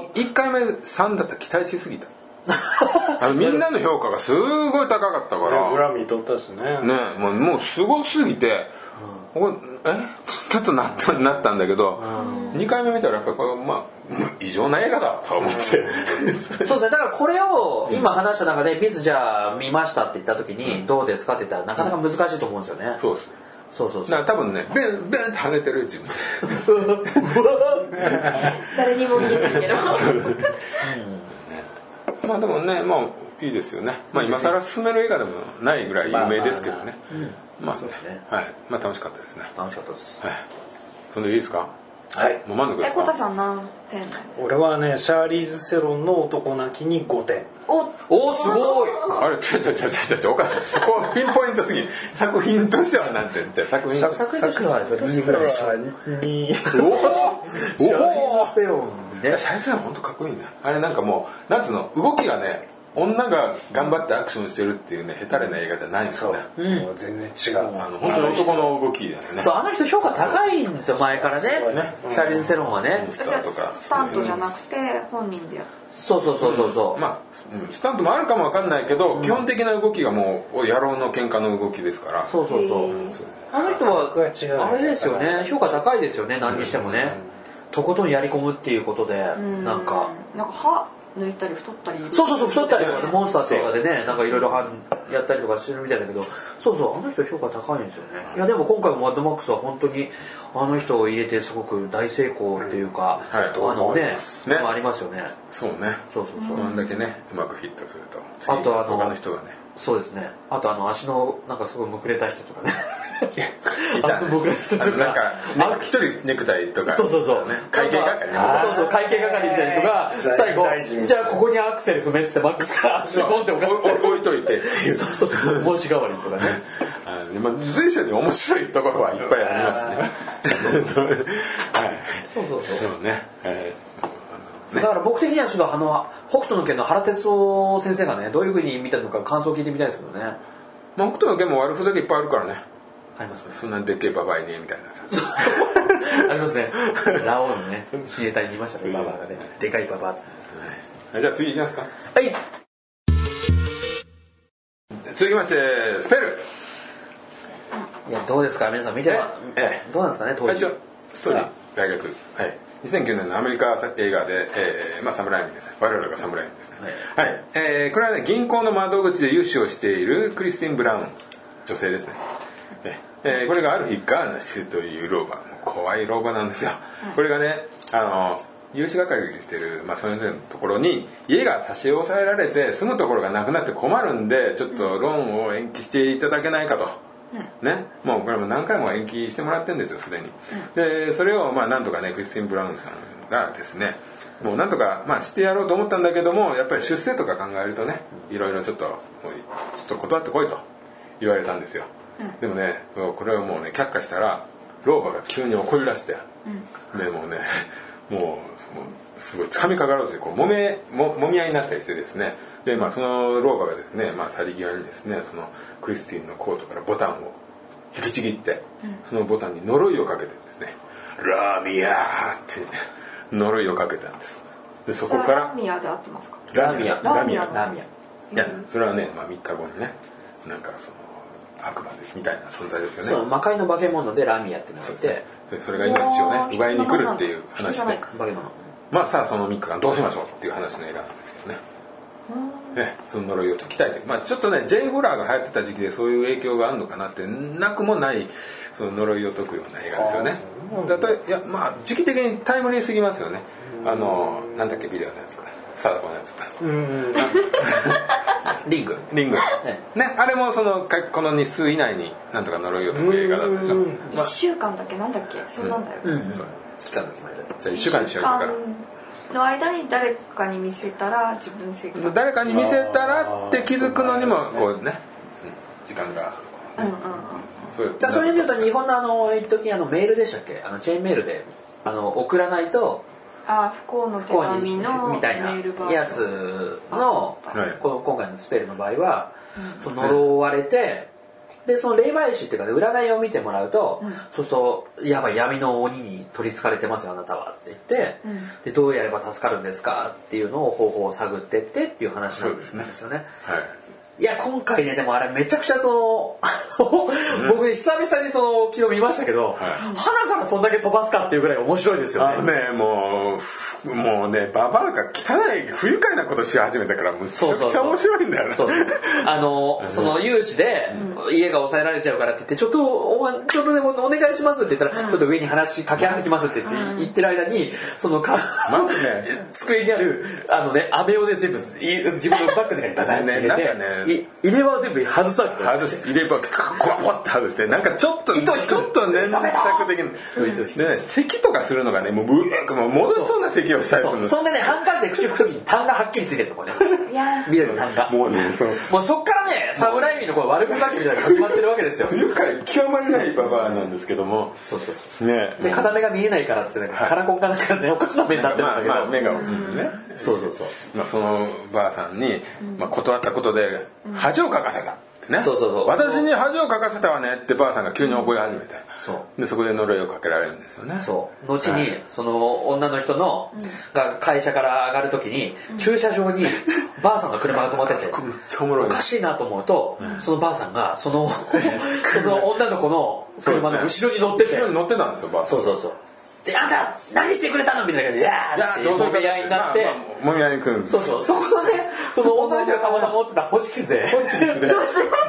[SPEAKER 3] お
[SPEAKER 1] 1回目3だったら期待しすぎ (laughs) たあのみんなの評価がすごい高かったから
[SPEAKER 4] グラミー取ったしね
[SPEAKER 1] ねもうもうすごすぎて、おえ (laughs) ちょっとなったなったんだけど、2回目見たらやっぱこれまあ異常な映画だと思って、
[SPEAKER 3] そうですねだからこれを今話した中で「ビスじゃあ見ました」って言った時に「どうですか?」って言ったらなかなか難しいと思うんですよ
[SPEAKER 1] (laughs)
[SPEAKER 3] ね、
[SPEAKER 1] そうです
[SPEAKER 3] そうそうそう
[SPEAKER 1] だから多分ねベンベンって跳ねてる自分
[SPEAKER 2] 誰にも言えないけど
[SPEAKER 1] (laughs) まあでもねまあいいですよね、まあ、今更進める映画でもないぐらい有名ですけどねまあ
[SPEAKER 3] そうですね
[SPEAKER 1] はいまあ楽しかったですね
[SPEAKER 3] (laughs) 楽しかったです
[SPEAKER 1] はいそれでいいですか
[SPEAKER 4] はい
[SPEAKER 1] もう満足で
[SPEAKER 2] え
[SPEAKER 1] す
[SPEAKER 2] コタ
[SPEAKER 1] か
[SPEAKER 2] さん何点なの
[SPEAKER 4] 俺はねシャーリーズ・セロンの男泣きに5点
[SPEAKER 2] お
[SPEAKER 3] おおすごい
[SPEAKER 1] あれちょちょちょちょちょおかしいそこはピンポイントすぎる作品としてはなんてじゃあ作品
[SPEAKER 3] 作品としては
[SPEAKER 4] 2ぐらいでしょ2
[SPEAKER 1] おお
[SPEAKER 3] シャ
[SPEAKER 1] おお
[SPEAKER 3] ーリーセロンにね
[SPEAKER 1] シャイズは本当かっこいいんだあれなんかもうなんつうの動きがね女が頑張ってアクションしてるっていうね下手れな映画じゃないんです
[SPEAKER 4] そ
[SPEAKER 1] よ
[SPEAKER 4] う
[SPEAKER 1] ね、
[SPEAKER 4] もう全然違う
[SPEAKER 1] あの本当に男の動きだよね
[SPEAKER 3] そうあの人評価高いんですよ前からね
[SPEAKER 4] すごいね
[SPEAKER 3] シャーリーズ・セロンはね、
[SPEAKER 1] スタートとか
[SPEAKER 2] スタントじゃなくて本人でやる
[SPEAKER 3] そうそうそうそうそう、
[SPEAKER 1] まあうんスタントもあるかもわかんないけど、基本的な動きがもう野郎の喧嘩の動きですから
[SPEAKER 3] そうそうそう
[SPEAKER 2] へー
[SPEAKER 3] あの人は
[SPEAKER 4] 格が違うね
[SPEAKER 3] あれですよね評価高いですよね何にしてもねとことんやり込むっていうことでなんか
[SPEAKER 2] なんか歯抜いたり太ったり
[SPEAKER 3] そうそうそう太ったりとか
[SPEAKER 2] ね
[SPEAKER 3] モンスターとかでねなんかいろいろはやったりとかしてるみたいだけどそうそうあの人評価高いんですよねいやでも今回もマッドマックスは本当にあの人を入れてすごく大成功というか、
[SPEAKER 1] はい
[SPEAKER 3] あのね
[SPEAKER 1] ね
[SPEAKER 3] まあありますよね
[SPEAKER 1] そうね
[SPEAKER 3] そうそうそう、
[SPEAKER 1] こんだけねうまくヒットすると
[SPEAKER 3] あとあの
[SPEAKER 1] 他の人がね
[SPEAKER 3] そうですねあとあの足のなんかすごいむくれた人とかね
[SPEAKER 1] い
[SPEAKER 3] (laughs) 足
[SPEAKER 1] た
[SPEAKER 3] のむくれた人と
[SPEAKER 1] あ
[SPEAKER 3] か
[SPEAKER 1] のなんかね一人ネクタイとか
[SPEAKER 3] そうそうそう
[SPEAKER 1] ね。会計係ね
[SPEAKER 3] あーそうそう、会計係みたいな人が、最後
[SPEAKER 4] 大臣、
[SPEAKER 3] じゃあここにアクセル踏めっつってマックスが足 (laughs) ポンって置か
[SPEAKER 1] お
[SPEAKER 3] れ
[SPEAKER 1] お置いといてっていう
[SPEAKER 3] て。そうそうそう、帽子代わりとかね。
[SPEAKER 1] あのまあ、随所に面白いところはいっぱいありますね。 (laughs) はい、
[SPEAKER 3] そうそうそ
[SPEAKER 1] でもね、え
[SPEAKER 3] う。だから僕的にはちょっとあの、北斗の拳の原哲夫先生がね、どういう風に見たのか感想を聞いてみたいですけどね。
[SPEAKER 1] ーまあ、北斗の拳も悪ふざけいっぱいあるからね。
[SPEAKER 3] ありますね。 (laughs)
[SPEAKER 1] そんなでっけえババアいねえみたいなさ。
[SPEAKER 3] ありますね。ラオウのね、親衛隊にいましたね、ババアがね。でかいババアって。
[SPEAKER 1] はいじゃあ次いきますか。
[SPEAKER 3] はい
[SPEAKER 1] 続きまして、スペル。
[SPEAKER 3] いや、どうですか皆さん見ては、
[SPEAKER 1] え
[SPEAKER 3] どうなんですかね、当
[SPEAKER 1] 最
[SPEAKER 3] 時。
[SPEAKER 1] 初、ストーリー、大学。はい。2009年のアメリカ映画で、えーまあ、侍民ですね。我々が侍民ですね。はい。えーこれはね、銀行の窓口で融資をしているクリスティン・ブラウン、女性ですね。ねえーこれがある日、ガーナ州という老婆、もう怖い老婆なんですよ。これがね、あの、融資係をしてる、まあ、それぞれのところに、家が差し押さえられて、住むところがなくなって困るんで、ちょっとローンを延期していただけないかと。ね、もうこれも何回も延期してもらってるんですよすでに、でそれをまあなんとかねクリスティン・ブラウンさんがですねもうなんとか、まあ、してやろうと思ったんだけどもやっぱり出世とか考えるとねいろいろちょっともうちょっと断ってこいと言われたんですよ、でもねもうこれはもうね却下したら老婆が急に怒り出して、でもうね (laughs) もうもうすごいつかみかかろうとしてこうもめももみ合いになったりしてですねで、まあ、その老婆がですね、まあ、去り際にですねそのクリスティンのコートからボタンを引きちぎって、そのボタンに呪いをかけてですね「ラーミアー」って呪いをかけたんですでそこか
[SPEAKER 2] ラ
[SPEAKER 1] ら
[SPEAKER 2] ーミアで合ってますか
[SPEAKER 1] ラーミア
[SPEAKER 2] ラーミア
[SPEAKER 3] ラーミア。
[SPEAKER 1] いやそれはね、まあ、3日後にねなんかその悪魔ですみたいな存在ですよね
[SPEAKER 3] そう、魔界の化け物でラーミアって名前
[SPEAKER 1] そう
[SPEAKER 3] で
[SPEAKER 1] ですねでそれが今一応ね奪いに来るっていう
[SPEAKER 2] 人じ
[SPEAKER 1] 話
[SPEAKER 2] ゃな
[SPEAKER 1] で
[SPEAKER 2] いか
[SPEAKER 3] 化け物。
[SPEAKER 1] まあさあその3日間どうしましょうっていう話の映画なんですけどね
[SPEAKER 2] うーん
[SPEAKER 1] ええその呪いを解きたいという、まあ、ちょっとね J ホラーが流行ってた時期でそういう影響があるのかなってなくもないその呪いを解くような映画ですよねだといやまあ時期的にタイムリーすぎますよねあのなんだっけビデオのやつサーファーのやつ
[SPEAKER 4] うん
[SPEAKER 1] リングリングねあれもそのかこの日数以内になんとか呪いを解く映画だったでしょ
[SPEAKER 2] 1週間だっけなんだっけそうなんだよ、
[SPEAKER 1] そう期間の決まりだじゃあ1週間にしようか
[SPEAKER 2] 一週間の間に誰かに見せたら自分責
[SPEAKER 1] ら
[SPEAKER 2] 任
[SPEAKER 1] 誰かに見せたらって気づくのにもこうね、うん時間が
[SPEAKER 2] うんうんうん
[SPEAKER 1] そういう
[SPEAKER 3] じゃあそれで言うと日本のあの一時あのメールでしたっけあのチェーンメールであの送らないと
[SPEAKER 2] ああ不幸の手
[SPEAKER 3] ここに
[SPEAKER 2] 紙のメ
[SPEAKER 3] みたい
[SPEAKER 2] ールバー
[SPEAKER 3] なやつの
[SPEAKER 1] はい
[SPEAKER 3] この今回のスペルの場合は、その呪われてでその霊媒師っていうかね占いを見てもらうと、そうすると「やばい闇の鬼に取りつかれてますよあなたは」って言って、でどうやれば助かるんですかっていうのを方法を探ってってっていう話なんですよね。
[SPEAKER 1] はい
[SPEAKER 3] いや、今回ね、でもあれめちゃくちゃその、 (laughs) 僕ね、久々にその、昨日見ましたけど、花からそんだけ飛ばすかっていうぐらい面白いですよ
[SPEAKER 1] あ
[SPEAKER 3] ね
[SPEAKER 1] の。ねもうふもうねババアが汚い不愉快なことし始めたからむち
[SPEAKER 3] そ
[SPEAKER 1] ゃ
[SPEAKER 3] うそ
[SPEAKER 1] く
[SPEAKER 3] う
[SPEAKER 1] ちゃ
[SPEAKER 3] そう
[SPEAKER 1] 面白いんだよね
[SPEAKER 3] そうそうあのその有志で家が抑えられちゃうからって言って「ちょっとおちょっとでもお願いします」って言ったら「ちょっと上に話掛け合ってきます」って言って言ってる間にそのか
[SPEAKER 1] まずね
[SPEAKER 3] (laughs) 机にあるあのね飴をね全部い自分のバッグの中にバタッて入れ
[SPEAKER 1] ねなんかね
[SPEAKER 3] てい入れ歯を全部外すわけ
[SPEAKER 1] 外す入れ歯コワコワって外してなんかちょっと
[SPEAKER 3] 糸引く
[SPEAKER 1] ちょっと粘着的なでね咳とかするのがねもうブーもう戻しそうな咳をしたりす
[SPEAKER 3] そ
[SPEAKER 1] る
[SPEAKER 3] う
[SPEAKER 1] の
[SPEAKER 3] そんでねハンカチで口拭く時に痰がはっきりついてるとこね
[SPEAKER 2] いや
[SPEAKER 3] 緑の痰が
[SPEAKER 1] もうねその
[SPEAKER 3] もうそっからね侍味のこう悪ふざけみたいなのが始まってるわけですよ
[SPEAKER 1] 不愉快極まりないババアなんですけども
[SPEAKER 3] そうそうそう
[SPEAKER 1] ね
[SPEAKER 3] で片目が見えないからっつってねカラコンかなんかねおかしな目にな
[SPEAKER 1] ま
[SPEAKER 3] ってるんだ
[SPEAKER 1] あ
[SPEAKER 3] けど、
[SPEAKER 1] まあ目がね
[SPEAKER 3] そうそうそう
[SPEAKER 1] まあ、そのばあさんに、まあ、断ったことで恥をかかせたってね、
[SPEAKER 3] そうそうそう
[SPEAKER 1] 私に恥をかかせたわねってばあさんが急に覚え始めて、
[SPEAKER 3] そ
[SPEAKER 1] でそこで呪いをかけられるんですよね
[SPEAKER 3] そう後にその女の人のが会社から上がる時に駐車場にばあさんの車が止まって
[SPEAKER 1] (laughs)
[SPEAKER 3] て
[SPEAKER 1] めっちゃおもろい
[SPEAKER 3] お
[SPEAKER 1] な
[SPEAKER 3] かしいなと思うとそのばあさんが
[SPEAKER 1] (laughs)
[SPEAKER 3] そのその女の子の車の後ろに乗ってて
[SPEAKER 1] 後ろに乗ってたんですよばあさん
[SPEAKER 3] そうそうそうであんた何してくれたのみたいな感じで「いやー」っていうもみ合いになって、
[SPEAKER 1] まあまあもみ合いに来るんです
[SPEAKER 3] そうそうそこのねその女の人がたまたま持ってたホチキスで
[SPEAKER 1] こっちですね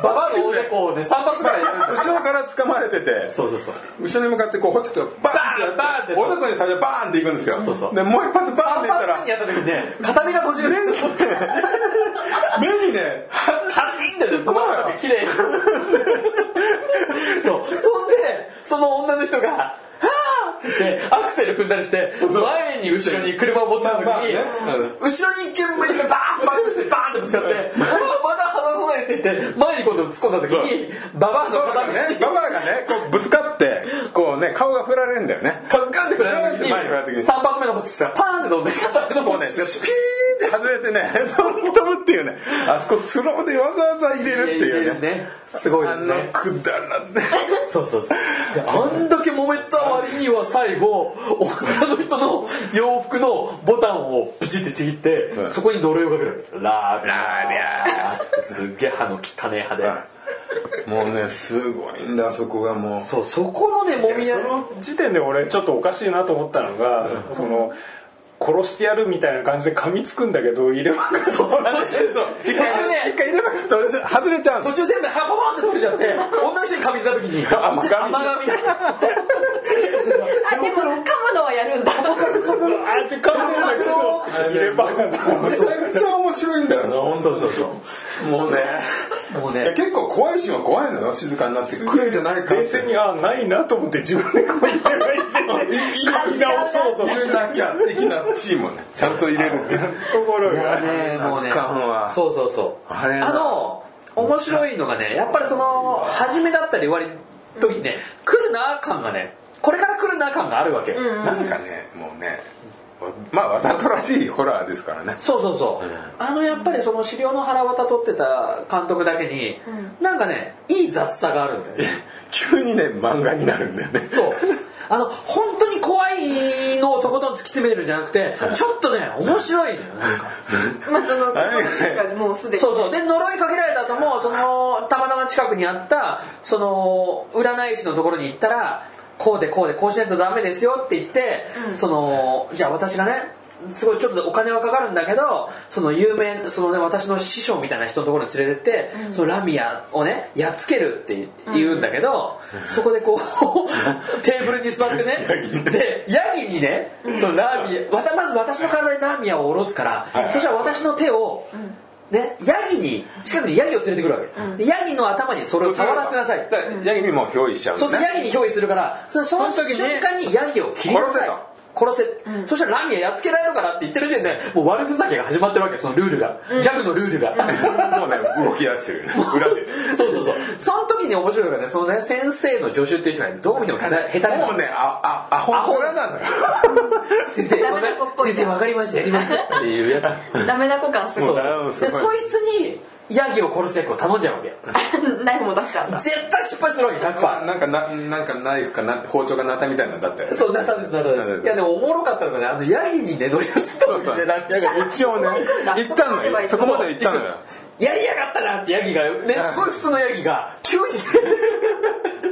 [SPEAKER 3] ババアのおでこをね3発ぐらいやるんだよ
[SPEAKER 1] 後ろから掴まれてて
[SPEAKER 3] そうそうそう
[SPEAKER 1] 後ろに向かってこうホチキスをバーン
[SPEAKER 3] バーン
[SPEAKER 1] っ
[SPEAKER 3] ってて
[SPEAKER 1] おでこに最初バーンっていくんですよ
[SPEAKER 3] そうそう
[SPEAKER 1] でもう一発バーンって
[SPEAKER 3] 3
[SPEAKER 1] いった
[SPEAKER 3] 発目
[SPEAKER 1] ら
[SPEAKER 3] にやった時にね片目が閉じるんですよ (laughs)
[SPEAKER 1] 目に (laughs) ね
[SPEAKER 3] カチンって止まるわけ綺麗にそうそんでその女の人が「はあ!」ってアクセル踏んだりして前に後ろに車を持ってた時
[SPEAKER 1] まあ
[SPEAKER 3] に
[SPEAKER 1] ね
[SPEAKER 3] 後ろに一軒向いてバーンとバックしてバーンってぶつかって「あまだ離さない」って言って前に今度突っ込んだ時にババアの
[SPEAKER 1] ババアが
[SPEAKER 3] 片目
[SPEAKER 1] ね
[SPEAKER 3] に
[SPEAKER 1] ババアがねこうぶつかってこうね顔が振られるんだよね
[SPEAKER 3] カンカンって振られた時
[SPEAKER 1] 前に振られた時
[SPEAKER 3] に
[SPEAKER 1] に
[SPEAKER 3] 3発目のホチキスがパーンって飛んで片目の
[SPEAKER 1] も
[SPEAKER 3] 方
[SPEAKER 1] うね、
[SPEAKER 3] ね
[SPEAKER 1] ピーンって外れてね、 (laughs) そんに飛ぶっていうね、あそこスローでわざわざ入れるっていうね。
[SPEAKER 3] ねすごいで
[SPEAKER 1] あ
[SPEAKER 3] す
[SPEAKER 1] の
[SPEAKER 3] ね
[SPEAKER 1] くだらね。 (laughs)
[SPEAKER 3] そうそうそう。であんだけ揉めた割には最後、女の人の洋服のボタンをプチってちぎって、
[SPEAKER 1] ん
[SPEAKER 3] そこに呪いをかける。ラー
[SPEAKER 1] ラーメ
[SPEAKER 3] ーすっげえ歯の汚ね歯で。
[SPEAKER 1] もうね、すごいんだ、あそこがもう。
[SPEAKER 3] そう、そこのね、揉み合
[SPEAKER 4] そ
[SPEAKER 3] い。
[SPEAKER 4] の時点で俺ちょっとおかしいなと思ったのが、その殺してやるみたいな感じで噛みつくんだけど入れ歯がそう
[SPEAKER 3] 途中ね、
[SPEAKER 1] 入れば取れ外れちゃうの
[SPEAKER 3] 途中全部歯ポポンって取れちゃって、女の人に噛みついた時に、甘
[SPEAKER 1] 甘噛み
[SPEAKER 3] みだ。
[SPEAKER 2] あでも噛むのはやるんだ
[SPEAKER 4] あって噛んでんだけど入れ歯が
[SPEAKER 1] めちゃくちゃ面白いんだよな、本当そうそう。もうね。
[SPEAKER 3] もう
[SPEAKER 1] いや
[SPEAKER 3] ね、
[SPEAKER 1] 結構怖いシーンは怖いのよ、静かになって。来るんじゃないかっ
[SPEAKER 4] 冷
[SPEAKER 1] て。
[SPEAKER 4] 静にあないなと思って自分でこう入れ歯入れて噛み直そうと
[SPEAKER 1] 入
[SPEAKER 4] する
[SPEAKER 1] れなきゃ的なシーンもね、ちゃんと入れるっていう。
[SPEAKER 4] ところが
[SPEAKER 3] ねもうね、
[SPEAKER 1] 圧巻は
[SPEAKER 3] そうそうそう。
[SPEAKER 1] あれな
[SPEAKER 3] あの、面白いのがね、やっぱりその、初めだったり割とにね、来るな感がね、これから来るな感があるわけ。
[SPEAKER 1] なんかね、もうね、まあわざとらしいホラーですからね。
[SPEAKER 3] そうそうそう、あのやっぱりその資料の腹渡取ってた監督だけに、なんかねいい雑さがあるんだよね
[SPEAKER 1] 急にね、漫画になるんだよね。
[SPEAKER 3] そうあの本当に怖いのをとことん突き詰めてるんじゃなくてちょっとね面白いのよなんか
[SPEAKER 2] まあその
[SPEAKER 1] あれ
[SPEAKER 2] なんかもうすでに
[SPEAKER 3] そうそうで呪いかけられた後もそのたまたま近くにあったその占い師のところに行ったらこうでこうでこうしないとダメですよって言って、そのじゃあ私がねすごいちょっとお金はかかるんだけどその有名その、ね、私の師匠みたいな人のところに連れてって、そのラミアをねやっつけるって言うんだけど、そこでこう (laughs) テーブルに座って (laughs) ねでヤギにねそのラミアわたまず私の体にラミアを下ろすから、そしたら私の手を。ね、ヤギに近くにヤギを連れてくるわけ、でヤギの頭にそれを触らせなさい
[SPEAKER 1] だからヤギにもう憑依しちゃうん
[SPEAKER 3] そう
[SPEAKER 1] だ
[SPEAKER 3] するとヤギに憑依するからそのその
[SPEAKER 1] その時に
[SPEAKER 3] 瞬間にヤギを切りなさい殺せそしたらラミアやっつけられるからって言ってる時点でもう悪ふざけが始まってるわけそのルールが、ギャグのルールが、
[SPEAKER 1] もうね動き出してるよね裏で
[SPEAKER 3] (laughs) そうそうそうその時に面白いのがねそのね先生の助手っていう人がねどう見ても下手下手な
[SPEAKER 1] もうねああアホ
[SPEAKER 3] アホ
[SPEAKER 1] なのよ
[SPEAKER 3] 先生わ
[SPEAKER 2] ダ
[SPEAKER 3] か
[SPEAKER 2] メな子っぽい
[SPEAKER 3] 先生わかりましたやりますっていうやつ
[SPEAKER 2] ダメな子感す
[SPEAKER 3] そ
[SPEAKER 2] ご
[SPEAKER 3] う
[SPEAKER 2] い
[SPEAKER 3] そうでそいつにヤギを殺す役を頼んじゃうわけ
[SPEAKER 2] ナイフも出しちゃうんだ
[SPEAKER 3] 絶対失敗するわけ100%
[SPEAKER 1] まあなんかななんかナイフかな包丁かなったみたいなのだったよね
[SPEAKER 3] そうなったんですなったんですいやでもおもろかったのがねあのヤギにね乗り移った
[SPEAKER 1] そ
[SPEAKER 3] ん
[SPEAKER 1] う
[SPEAKER 3] で
[SPEAKER 1] そう
[SPEAKER 3] すね
[SPEAKER 1] だから一 (laughs) 応ね行ったのよそこまで行ったのよ
[SPEAKER 3] やりやがったなってヤギがねすごい普通のヤギが急に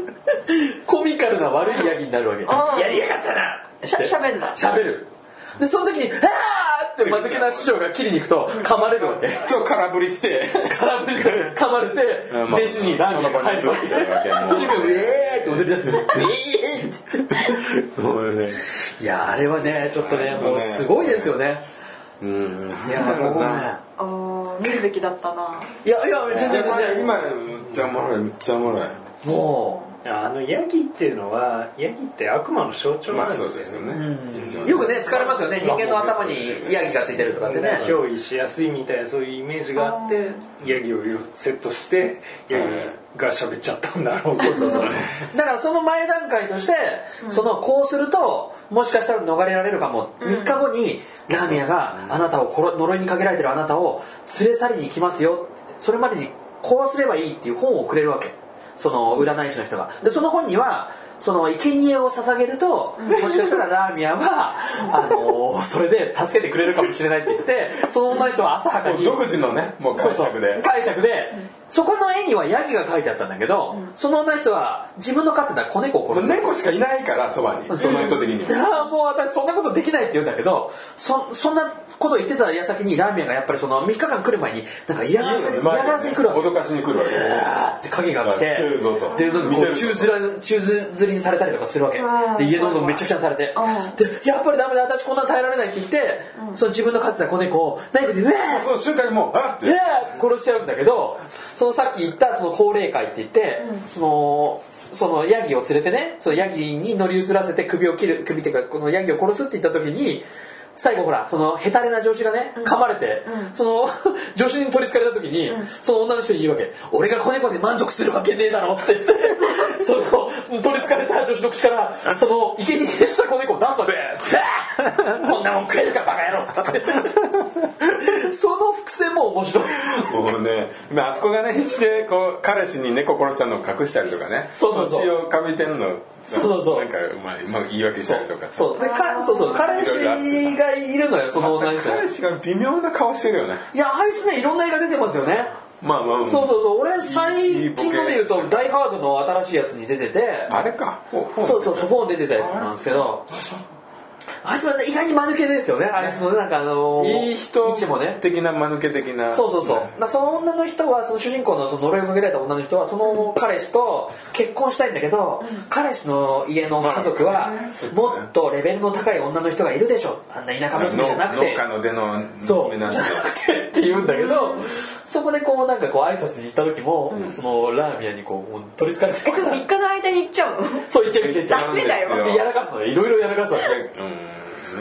[SPEAKER 3] (laughs) コミカルな悪いヤギになるわ
[SPEAKER 2] ああ
[SPEAKER 3] けやりやがったなって
[SPEAKER 2] しゃしゃべんだ
[SPEAKER 3] 喋るでその時に「ああ!」って間抜けな師匠が切りに行くと噛まれるわけ
[SPEAKER 1] ちょっと空振りして
[SPEAKER 3] 空振りから噛まれて
[SPEAKER 1] うんまあ
[SPEAKER 3] 弟子にラーメンが入るわけ
[SPEAKER 1] その場に移ってるわけもう
[SPEAKER 3] 一秒「えー!」って踊り出す「えー!」って
[SPEAKER 1] もうね
[SPEAKER 3] いやあれはねちょっとねもうすごいですよね
[SPEAKER 1] うん
[SPEAKER 3] いやもうね
[SPEAKER 2] ああ見るべきだったない
[SPEAKER 3] やいや全然全然
[SPEAKER 6] 今めっちゃおもろいめっちゃおもろい
[SPEAKER 3] も
[SPEAKER 4] いやあのヤギっていうのはヤギって悪魔の象徴
[SPEAKER 6] ま
[SPEAKER 4] な
[SPEAKER 6] あ
[SPEAKER 4] ん
[SPEAKER 6] そ
[SPEAKER 4] で
[SPEAKER 6] うですす
[SPEAKER 4] よ
[SPEAKER 6] よ
[SPEAKER 4] ね,、
[SPEAKER 6] ね一応
[SPEAKER 3] うよくね疲れますよね人間の頭にヤギがついてるとかってね
[SPEAKER 4] 憑依しやすいみたいなそういうイメージがあってヤギをセットしてヤギが喋っちゃったんだろうそうそうそう
[SPEAKER 3] だからその前段階としてそのこうするともしかしたら逃れられるかも3日後にラーミアがあなたを殺呪いにかけられてるあなたを連れ去りに行きますよってそれまでにこうすればいいっていう本をくれるわけその占い師の人がでその本にはその生贄を捧げるともしかしたらラーミアはあのーそれで助けてくれるかもしれないって言ってその女の人は浅はか
[SPEAKER 1] もう
[SPEAKER 3] に
[SPEAKER 1] 独自のねもう
[SPEAKER 3] そう
[SPEAKER 1] 解
[SPEAKER 3] そう
[SPEAKER 1] 釈で
[SPEAKER 3] 解釈でそこの絵にはヤギが描いてあったんだけど、その女の人は自分の飼ってた子猫を
[SPEAKER 1] も
[SPEAKER 3] 殺
[SPEAKER 1] う
[SPEAKER 3] す
[SPEAKER 1] 猫しかいないからそばにその人的に
[SPEAKER 3] で
[SPEAKER 1] も
[SPEAKER 3] ああもう私そんなことできないって言うんだけどそそんなこと言ってた矢先にラーメンがやっぱりその3日間来る前になんか嫌がらせ嫌がらせに来るわけ
[SPEAKER 1] 脅かしに来るわけ
[SPEAKER 3] あーって影が来て
[SPEAKER 1] 来てるぞと
[SPEAKER 3] でなんか
[SPEAKER 1] 見
[SPEAKER 3] こ
[SPEAKER 1] て
[SPEAKER 3] う
[SPEAKER 1] るぞ
[SPEAKER 3] 宙づら宙づりにされたりとかするわけ
[SPEAKER 2] うん
[SPEAKER 3] で家のことめちゃくちゃにされてでやっぱりダメだ私こんなの耐えられないって言ってその自分の飼ってた子猫をナイフでうわー
[SPEAKER 1] その瞬間にもうあっ
[SPEAKER 3] で
[SPEAKER 1] て
[SPEAKER 3] 殺しちゃうんだけどそのさっき言ったその高齢会って言って、そのそのヤギを連れてねそのヤギに乗り移らせて首を切る首っていうかこのヤギを殺すって言った時に最後ほらそのヘタレな上司がね噛まれて、その上司に取りつかれた時に、その女の人に言うわけ「俺が子猫で満足するわけねえだろ」って言って (laughs) その取りつかれた上司の口からその生贄にした子猫を出すわけ「 (laughs) こんなもん食えるかバカ野郎」ってその伏線も面白い。
[SPEAKER 1] もうね、まああそこがね必死でこう彼氏に猫殺したのを隠したりとかね
[SPEAKER 3] そうそうそう
[SPEAKER 1] 血をかみてるの
[SPEAKER 3] そうそうそう
[SPEAKER 1] なんかうまいうまく言い訳したりとか
[SPEAKER 3] そうでかそうそう彼氏がいるのよその女の人
[SPEAKER 1] 彼氏が微妙な顔してるよね
[SPEAKER 3] いやあいつねいろんな映画出てますよね
[SPEAKER 1] まあまあ、まあ
[SPEAKER 3] そうそうそう俺
[SPEAKER 1] いい
[SPEAKER 3] 最
[SPEAKER 1] ボケ
[SPEAKER 3] 近ので言うと「ダイ・ハード」の新しいやつに出てて
[SPEAKER 1] あれか
[SPEAKER 3] そうそうソフォーン出てたやつなんですけどあいつはね意外に間抜けですよねあいつのねなんかあのー
[SPEAKER 1] いい人
[SPEAKER 3] 位置もね
[SPEAKER 1] 的な間抜け的な
[SPEAKER 3] そうそうそうだからその女の人はその主人公のその呪いをかけられた女の人はその彼氏と結婚したいんだけど、彼氏の家の家族はもっとレベルの高い女の人がいるでしょあんな田舎娘じゃなくて
[SPEAKER 1] 農家の出の
[SPEAKER 3] そう
[SPEAKER 1] 娘
[SPEAKER 3] じゃ
[SPEAKER 1] なんで
[SPEAKER 3] なくてって言うんだけど、そこでこうなんかこう挨拶に行った時も、そのラーミアにこうもう取りつかれて
[SPEAKER 2] えそれ3日の間に行っちゃうの
[SPEAKER 3] そう言っちゃう言っちゃう
[SPEAKER 2] ダ
[SPEAKER 3] 言っ
[SPEAKER 2] メだよ
[SPEAKER 3] ちゃうでやらかすのよいろいろやらかすわけ
[SPEAKER 1] (laughs) うん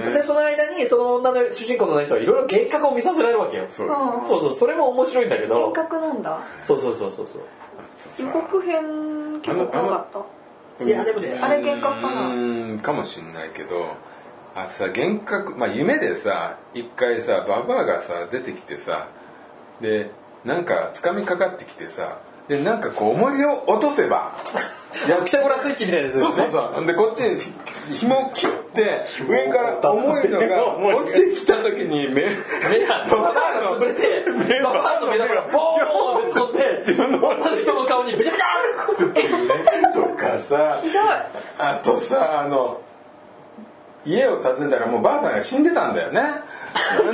[SPEAKER 1] ね
[SPEAKER 3] でその間にその女の主人公の女の人はいろいろ幻覚を見させられるわけよそう
[SPEAKER 2] です
[SPEAKER 3] そうそうそれも面白いんだけど
[SPEAKER 2] 幻覚なんだ
[SPEAKER 3] そうそうそうそうそう
[SPEAKER 2] 予告編結構怖かった
[SPEAKER 3] いやでもね
[SPEAKER 2] あれ幻覚かな
[SPEAKER 1] うーんかもしんないけどあさ幻覚まあ夢でさ一回さババアがさ出てきてさでなんか掴みかかってきてさでなんかこう重りを落とせば
[SPEAKER 3] いやピタゴラスイッチみたいです
[SPEAKER 1] そうそうそうでこっちに紐を切って上から重いのが落ちてきた時に目
[SPEAKER 3] 目がババアが潰れてババアの目玉がボーンって飛んで女の人の顔にビリビリ
[SPEAKER 1] とかさあとさあの家を訪ねたらもうばあさんが死んでたんだ (laughs) よね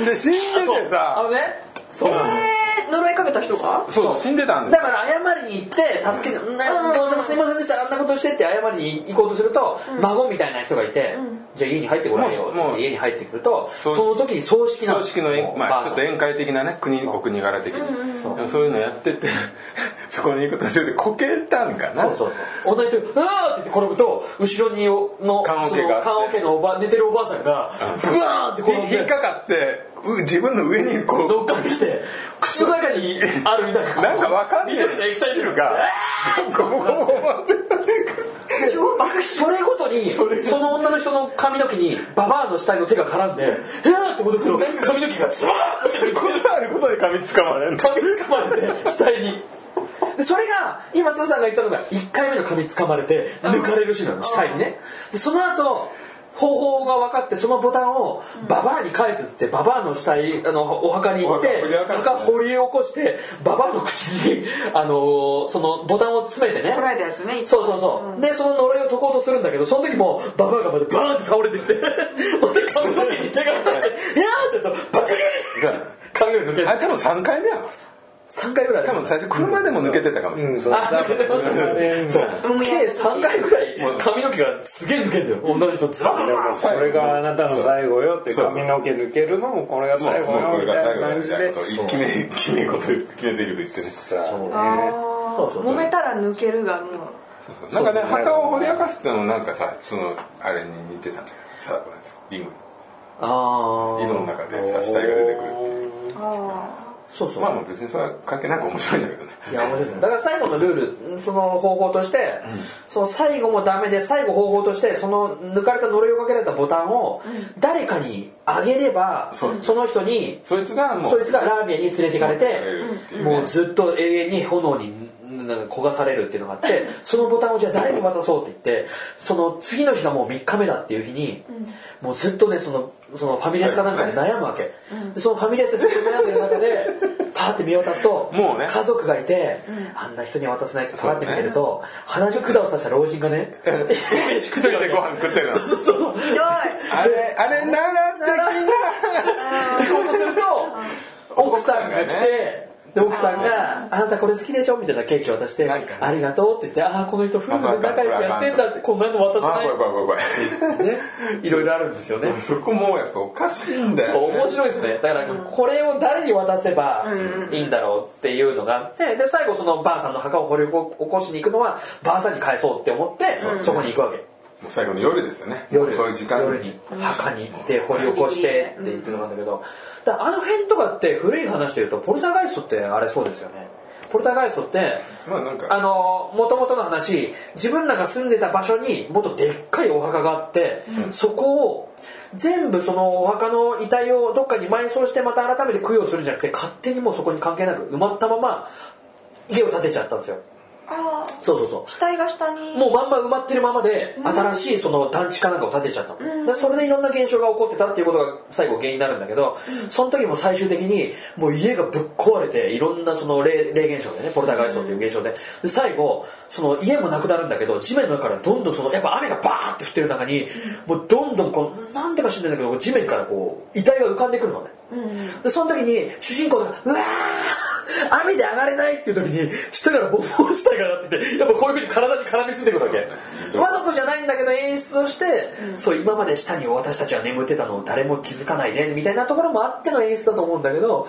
[SPEAKER 1] で死んでて
[SPEAKER 3] あ
[SPEAKER 1] さ
[SPEAKER 3] のねそうなの
[SPEAKER 2] えー、呪いかけた人が
[SPEAKER 1] そうそう死んでたんです
[SPEAKER 3] だから謝りに行って助けて「んなどうしてもすいませんでしたあんなことして」って謝りに行こうとすると、孫みたいな人がいて、じゃあ家に入ってこないよ」
[SPEAKER 1] もう
[SPEAKER 3] って家に入ってくると
[SPEAKER 1] そ
[SPEAKER 3] そうの時に葬式なの
[SPEAKER 1] 葬式の宴、ま
[SPEAKER 3] ば
[SPEAKER 1] あ、
[SPEAKER 3] あ
[SPEAKER 1] ちょ
[SPEAKER 3] さ
[SPEAKER 1] っ
[SPEAKER 3] ん
[SPEAKER 1] と宴会的なね国お国柄的にそうそういうのやって (laughs) てそこに行く途中でこけたんかな
[SPEAKER 3] そうそうそう同じ人が「うわー!」って言って転ぶと後ろにの
[SPEAKER 1] 棺桶があって
[SPEAKER 3] その棺桶のおば寝てるおばあさんがブワーンって転ん
[SPEAKER 1] ひ引っ
[SPEAKER 3] で
[SPEAKER 1] かかってう自分の上にこう
[SPEAKER 3] 乗っかってきて口の中にあるみたいな
[SPEAKER 1] なんかわかんねえ
[SPEAKER 3] 緑の液体汁が
[SPEAKER 1] (laughs) ゴボゴボゴボ
[SPEAKER 2] 超バカし
[SPEAKER 3] それごとにその女の人の髪の毛にババアの死体の手が絡んで「えー!」って驚くと髪の毛がズワーって
[SPEAKER 1] ことあることで髪つかまれる
[SPEAKER 3] 噛みつかまれて死体にでそれが今スーさんが言ったのが1回目の噛みつかまれて抜かれるシーンなの死体にねでその後方法が分かってそのボタンをババアに返すってババアの死体あのお墓に行って
[SPEAKER 1] お墓
[SPEAKER 3] 墓掘り起こしてババアの口にあのーそのボタンを詰めてね
[SPEAKER 2] 取られたやつね
[SPEAKER 3] そうそうそう、でその呪いを解こうとするんだけどその時もうババアがまたバーンって倒れてき (laughs) てまた髪の毛に手が当たって「いやー!」って言うとバチバチバチ髪の毛抜け
[SPEAKER 1] (laughs) あ
[SPEAKER 3] て
[SPEAKER 1] れ多分3回目やろ
[SPEAKER 3] 3回ぐらいあり
[SPEAKER 1] 多
[SPEAKER 3] ました
[SPEAKER 1] 分最初車でも抜けてたかもしれない、
[SPEAKER 4] うんそう
[SPEAKER 3] あ、抜けてましたね。そう。計3回ぐらい髪の毛がすげえ抜けてる。女の人ずっと。
[SPEAKER 4] でもこれがあなたの最後よって
[SPEAKER 1] そう
[SPEAKER 4] 髪の毛抜けるのもこれが
[SPEAKER 1] も
[SPEAKER 4] 最
[SPEAKER 1] う
[SPEAKER 4] 後
[SPEAKER 1] もうこ
[SPEAKER 4] よ
[SPEAKER 1] れ
[SPEAKER 4] み
[SPEAKER 1] が
[SPEAKER 4] た
[SPEAKER 1] 最
[SPEAKER 4] い
[SPEAKER 1] 後だ
[SPEAKER 4] な感
[SPEAKER 1] み
[SPEAKER 4] じ
[SPEAKER 1] たい
[SPEAKER 4] で
[SPEAKER 1] なことを決め決めこと決め台詞言ってね
[SPEAKER 4] さ
[SPEAKER 2] あ
[SPEAKER 3] そうそ
[SPEAKER 2] ー
[SPEAKER 3] うそう
[SPEAKER 2] 揉めたら抜けるがも
[SPEAKER 1] なんかね墓を掘り明かすってのもなんかさそのあれに似てたんだよ貞子のやつリング
[SPEAKER 3] あ
[SPEAKER 1] 井戸の中でさ死体が出てくるっていう
[SPEAKER 2] うあ
[SPEAKER 3] そうそう。
[SPEAKER 1] まあまあ別にそれは関係なく面白いんだけどね (laughs)
[SPEAKER 3] いや、面白いですね。だから最後のルール、その方法として、その最後もダメで、最後方法として、その抜かれた呪いをかけられたボタンを、誰かにあげれば、その人に、
[SPEAKER 1] そいつがもう
[SPEAKER 3] そいつがラーメンに連れていかれ
[SPEAKER 1] 持ってかれるっていう
[SPEAKER 3] て
[SPEAKER 1] ね
[SPEAKER 3] もうずっと永遠に炎になんか焦がされるっていうのがあってそのボタンをじゃあ誰に渡そうって言ってその次の日がもう3日目だっていう日にもうずっとねそのそのファミレスかなんかで悩むわけでそのファミレスでずっと悩んでる中でパーって見渡すと
[SPEAKER 1] もうね
[SPEAKER 3] 家族がいてあんな人には渡せないってパーって見てると鼻に管を刺した老人がね飯食ってるわ
[SPEAKER 1] 一人
[SPEAKER 3] け
[SPEAKER 1] でご飯食ってるの
[SPEAKER 3] そうそうそう
[SPEAKER 2] あひどい
[SPEAKER 1] あれあれならって
[SPEAKER 3] 行こうとすると奥さんが
[SPEAKER 1] 奥さんが
[SPEAKER 3] 来てで奥さんが「あなたこれ好きでしょ?」みたいなケーキを渡して「
[SPEAKER 1] なんかね
[SPEAKER 3] ありがとう」って言って「ああこの人夫婦で仲良くやってんだ」ってこんなの渡さ
[SPEAKER 1] あ
[SPEAKER 3] な
[SPEAKER 1] 怖い怖い怖い怖い
[SPEAKER 3] いねいろいろあるんですよね
[SPEAKER 1] そこもうやっぱおかしいんだ
[SPEAKER 3] そう
[SPEAKER 1] よ、ね、
[SPEAKER 3] 面白いですねだからこれを誰に渡せばいいんだろうっていうのがあってで最後そのばあさんの墓を掘り起こしに行くのはばあさんに返そうって思ってそこに行くわけ
[SPEAKER 1] もう最後の夜ですよね
[SPEAKER 3] 夜
[SPEAKER 1] そういう時間
[SPEAKER 3] 夜に墓に行って掘り起こしてって言ってたんだけど、だからあの辺とかって古い話でいうとポルターガイストってあれそうですよねポルターガイストって
[SPEAKER 1] まあなんか
[SPEAKER 3] あの元々の話自分らが住んでた場所にもっとでっかいお墓があって、そこを全部そのお墓の遺体をどっかに埋葬してまた改めて供養するんじゃなくて勝手にもうそこに関係なく埋まったまま家を建てちゃったんですよ
[SPEAKER 2] あー
[SPEAKER 3] そうそうそう
[SPEAKER 2] 死体が下に
[SPEAKER 3] もうまんま埋まってるままで新しいその団地かなんかを建てちゃったの、でそれでいろんな現象が起こってたっていうことが最後原因になるんだけど、その時も最終的にもう家がぶっ壊れていろんなその霊霊現象でねポルターガイストっていう現象でで最後その家もなくなるんだけど地面の中からどんどんそのやっぱ雨がバーって降ってる中にもうどんどんこのなんでか知んないんだけど地面からこう遺体が浮かんでくるのね、でその時に主人公が「うわー雨で上がれない!」っていう時に下からボンボン下が上がっててやっぱこういうふうに体に絡みついてくるわけわざとじゃないんだけど演出をして、そう今まで下に私たちは眠ってたのを誰も気づかないでみたいなところもあっての演出だと思うんだけど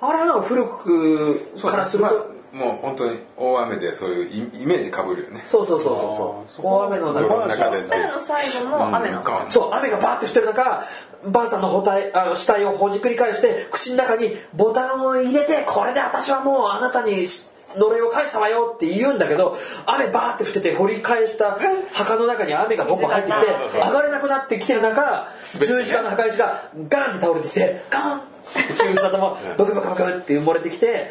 [SPEAKER 3] あれはなんか古く
[SPEAKER 1] そう
[SPEAKER 3] からすると、
[SPEAKER 1] まあもう本当に大雨でそういうイイメージかぶるよね
[SPEAKER 3] そうそうそうそうそう大雨の中
[SPEAKER 1] 泥の中で
[SPEAKER 2] スペルの最後も雨なの
[SPEAKER 1] ガン
[SPEAKER 3] そう雨がバーって降ってる中ばあさんの包帯あの死体をほじくり返して口の中にボタンを入れてこれで私はもうあなたにし呪いを返したわよって言うんだけど雨バーって降ってて掘り返した墓の中に雨がボンボン入ってきて上がれなくなってきてる中十字架の墓石がガンって倒れてきてガンって十字架もブクブクブクって埋もれてきて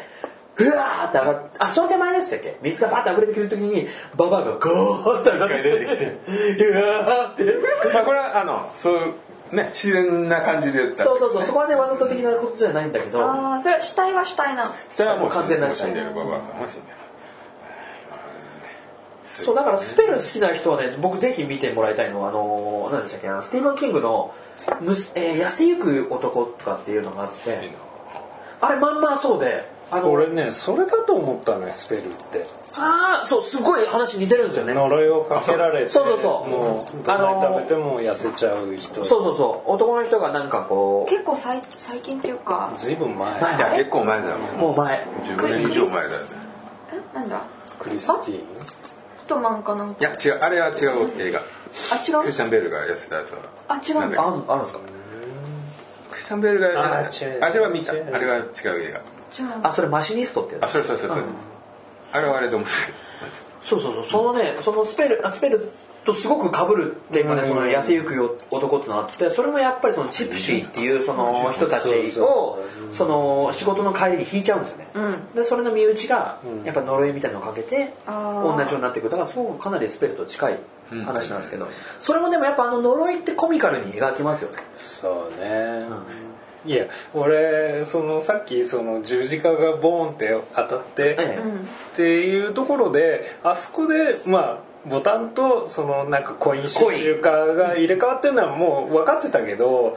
[SPEAKER 3] うわーって上がっあその手前でしたっけ水がバーって溢れてくる時にババアがゴーって上がってきてうわーって
[SPEAKER 1] まあこれはあのそういうね自然な感じで言ったら
[SPEAKER 3] そうそうそう、そこはね、わざと的なことじゃないんだけど、
[SPEAKER 2] ああそれは死体は死体なの
[SPEAKER 1] それはもう
[SPEAKER 3] 完全な
[SPEAKER 1] 死ん
[SPEAKER 3] 死体
[SPEAKER 1] でるババアさんも死んでる
[SPEAKER 3] そうだからスペル好きな人はね僕ぜひ見てもらいたいのはあのー何でしたっけあのスティーブン・キングのむす、えー痩せゆく男」とかっていうのがあってあれまんまそうであの
[SPEAKER 4] 俺ねそれだと思ったねスペルって
[SPEAKER 3] ああそうすごい話似てるんですよね
[SPEAKER 4] 呪いをかけられて
[SPEAKER 3] そうそうそう
[SPEAKER 4] もうどんなに食べても痩せちゃう人
[SPEAKER 3] そうそうそう男の人がなんかこ
[SPEAKER 2] 結構最最近っていうか
[SPEAKER 4] ずいぶん前
[SPEAKER 3] 前
[SPEAKER 1] いや結構前だよ
[SPEAKER 3] う
[SPEAKER 1] も
[SPEAKER 3] もう前
[SPEAKER 1] う15年以上前だよね
[SPEAKER 2] えなんだ
[SPEAKER 4] クリスティーン
[SPEAKER 2] フットマンかなん
[SPEAKER 1] い
[SPEAKER 2] か
[SPEAKER 1] や違うあれは違う映画
[SPEAKER 2] あ違
[SPEAKER 1] クリ
[SPEAKER 2] う
[SPEAKER 1] スチャン・ベールが痩せたやつは
[SPEAKER 2] あ違
[SPEAKER 1] なん
[SPEAKER 2] う
[SPEAKER 1] だ
[SPEAKER 2] ん
[SPEAKER 1] っ
[SPEAKER 2] だ
[SPEAKER 3] あんあるんですか
[SPEAKER 1] クリスチャン・ベールが痩せ
[SPEAKER 4] あ違う
[SPEAKER 1] たあれは見た
[SPEAKER 4] 違う
[SPEAKER 1] あれは違う映画
[SPEAKER 2] 違うんだ
[SPEAKER 3] あそれマシニストってや
[SPEAKER 1] あ
[SPEAKER 3] つ
[SPEAKER 1] それそれそれそれあれはあれで面白い
[SPEAKER 3] そうそうそうそのねそのスペルあスペルとすごく被るっていうかねその痩せゆくよ男ってのがあってそれもやっぱりそのチプシーっていうその人たちをその仕事の帰りに引いちゃうんですよね、
[SPEAKER 2] うん
[SPEAKER 3] でそれの身内がやっぱ呪いみたいなのをかけて
[SPEAKER 2] あ
[SPEAKER 3] 同
[SPEAKER 2] ー
[SPEAKER 3] じようになってくるだからすごくかなりスペルと近い話なんですけど、それもでもやっぱあの呪いってコミカルに描きますよね
[SPEAKER 4] そうね、いや俺そのさっきその十字架がボーンって当たって、
[SPEAKER 2] う
[SPEAKER 3] ええ
[SPEAKER 2] ん
[SPEAKER 4] っていうところであそこでまあボタンとそのなんかコイン収集家が入れ替わってるのはもう分かってたけど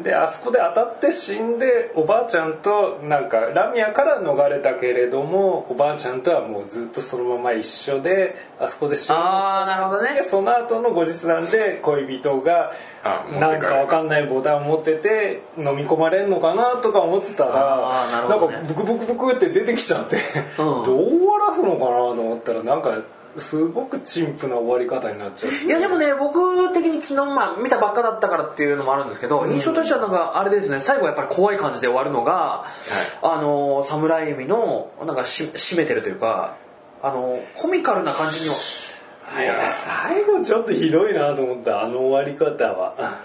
[SPEAKER 4] であそこで当たって死んでおばあちゃんとなんかラミアから逃れたけれどもおばあちゃんとはもうずっとそのまま一緒であそこで死んで
[SPEAKER 3] ああなるほどね
[SPEAKER 4] でその後の後日談で恋人が
[SPEAKER 1] あ持って帰
[SPEAKER 4] な
[SPEAKER 1] る
[SPEAKER 4] んかわかんないボタンを持ってて飲み込まれんのかなとか思ってたら
[SPEAKER 3] あーな
[SPEAKER 4] な
[SPEAKER 3] る
[SPEAKER 4] ん
[SPEAKER 3] ほどね
[SPEAKER 4] かブクブクブクって出てきちゃって
[SPEAKER 3] うん
[SPEAKER 4] どう終わらすのかなと思ったらなんかすごく陳腐な終わり方になっちゃう
[SPEAKER 3] いやでもね僕的に昨日、まあ、見たばっかだったからっていうのもあるんですけど印象としてはなんかあれですね最後やっぱり怖い感じで終わるのが、あのサムライミのなんかし締めてるというかあのコミカルな感じにはい
[SPEAKER 4] や最後ちょっとひどいなと思ったあの終わり方は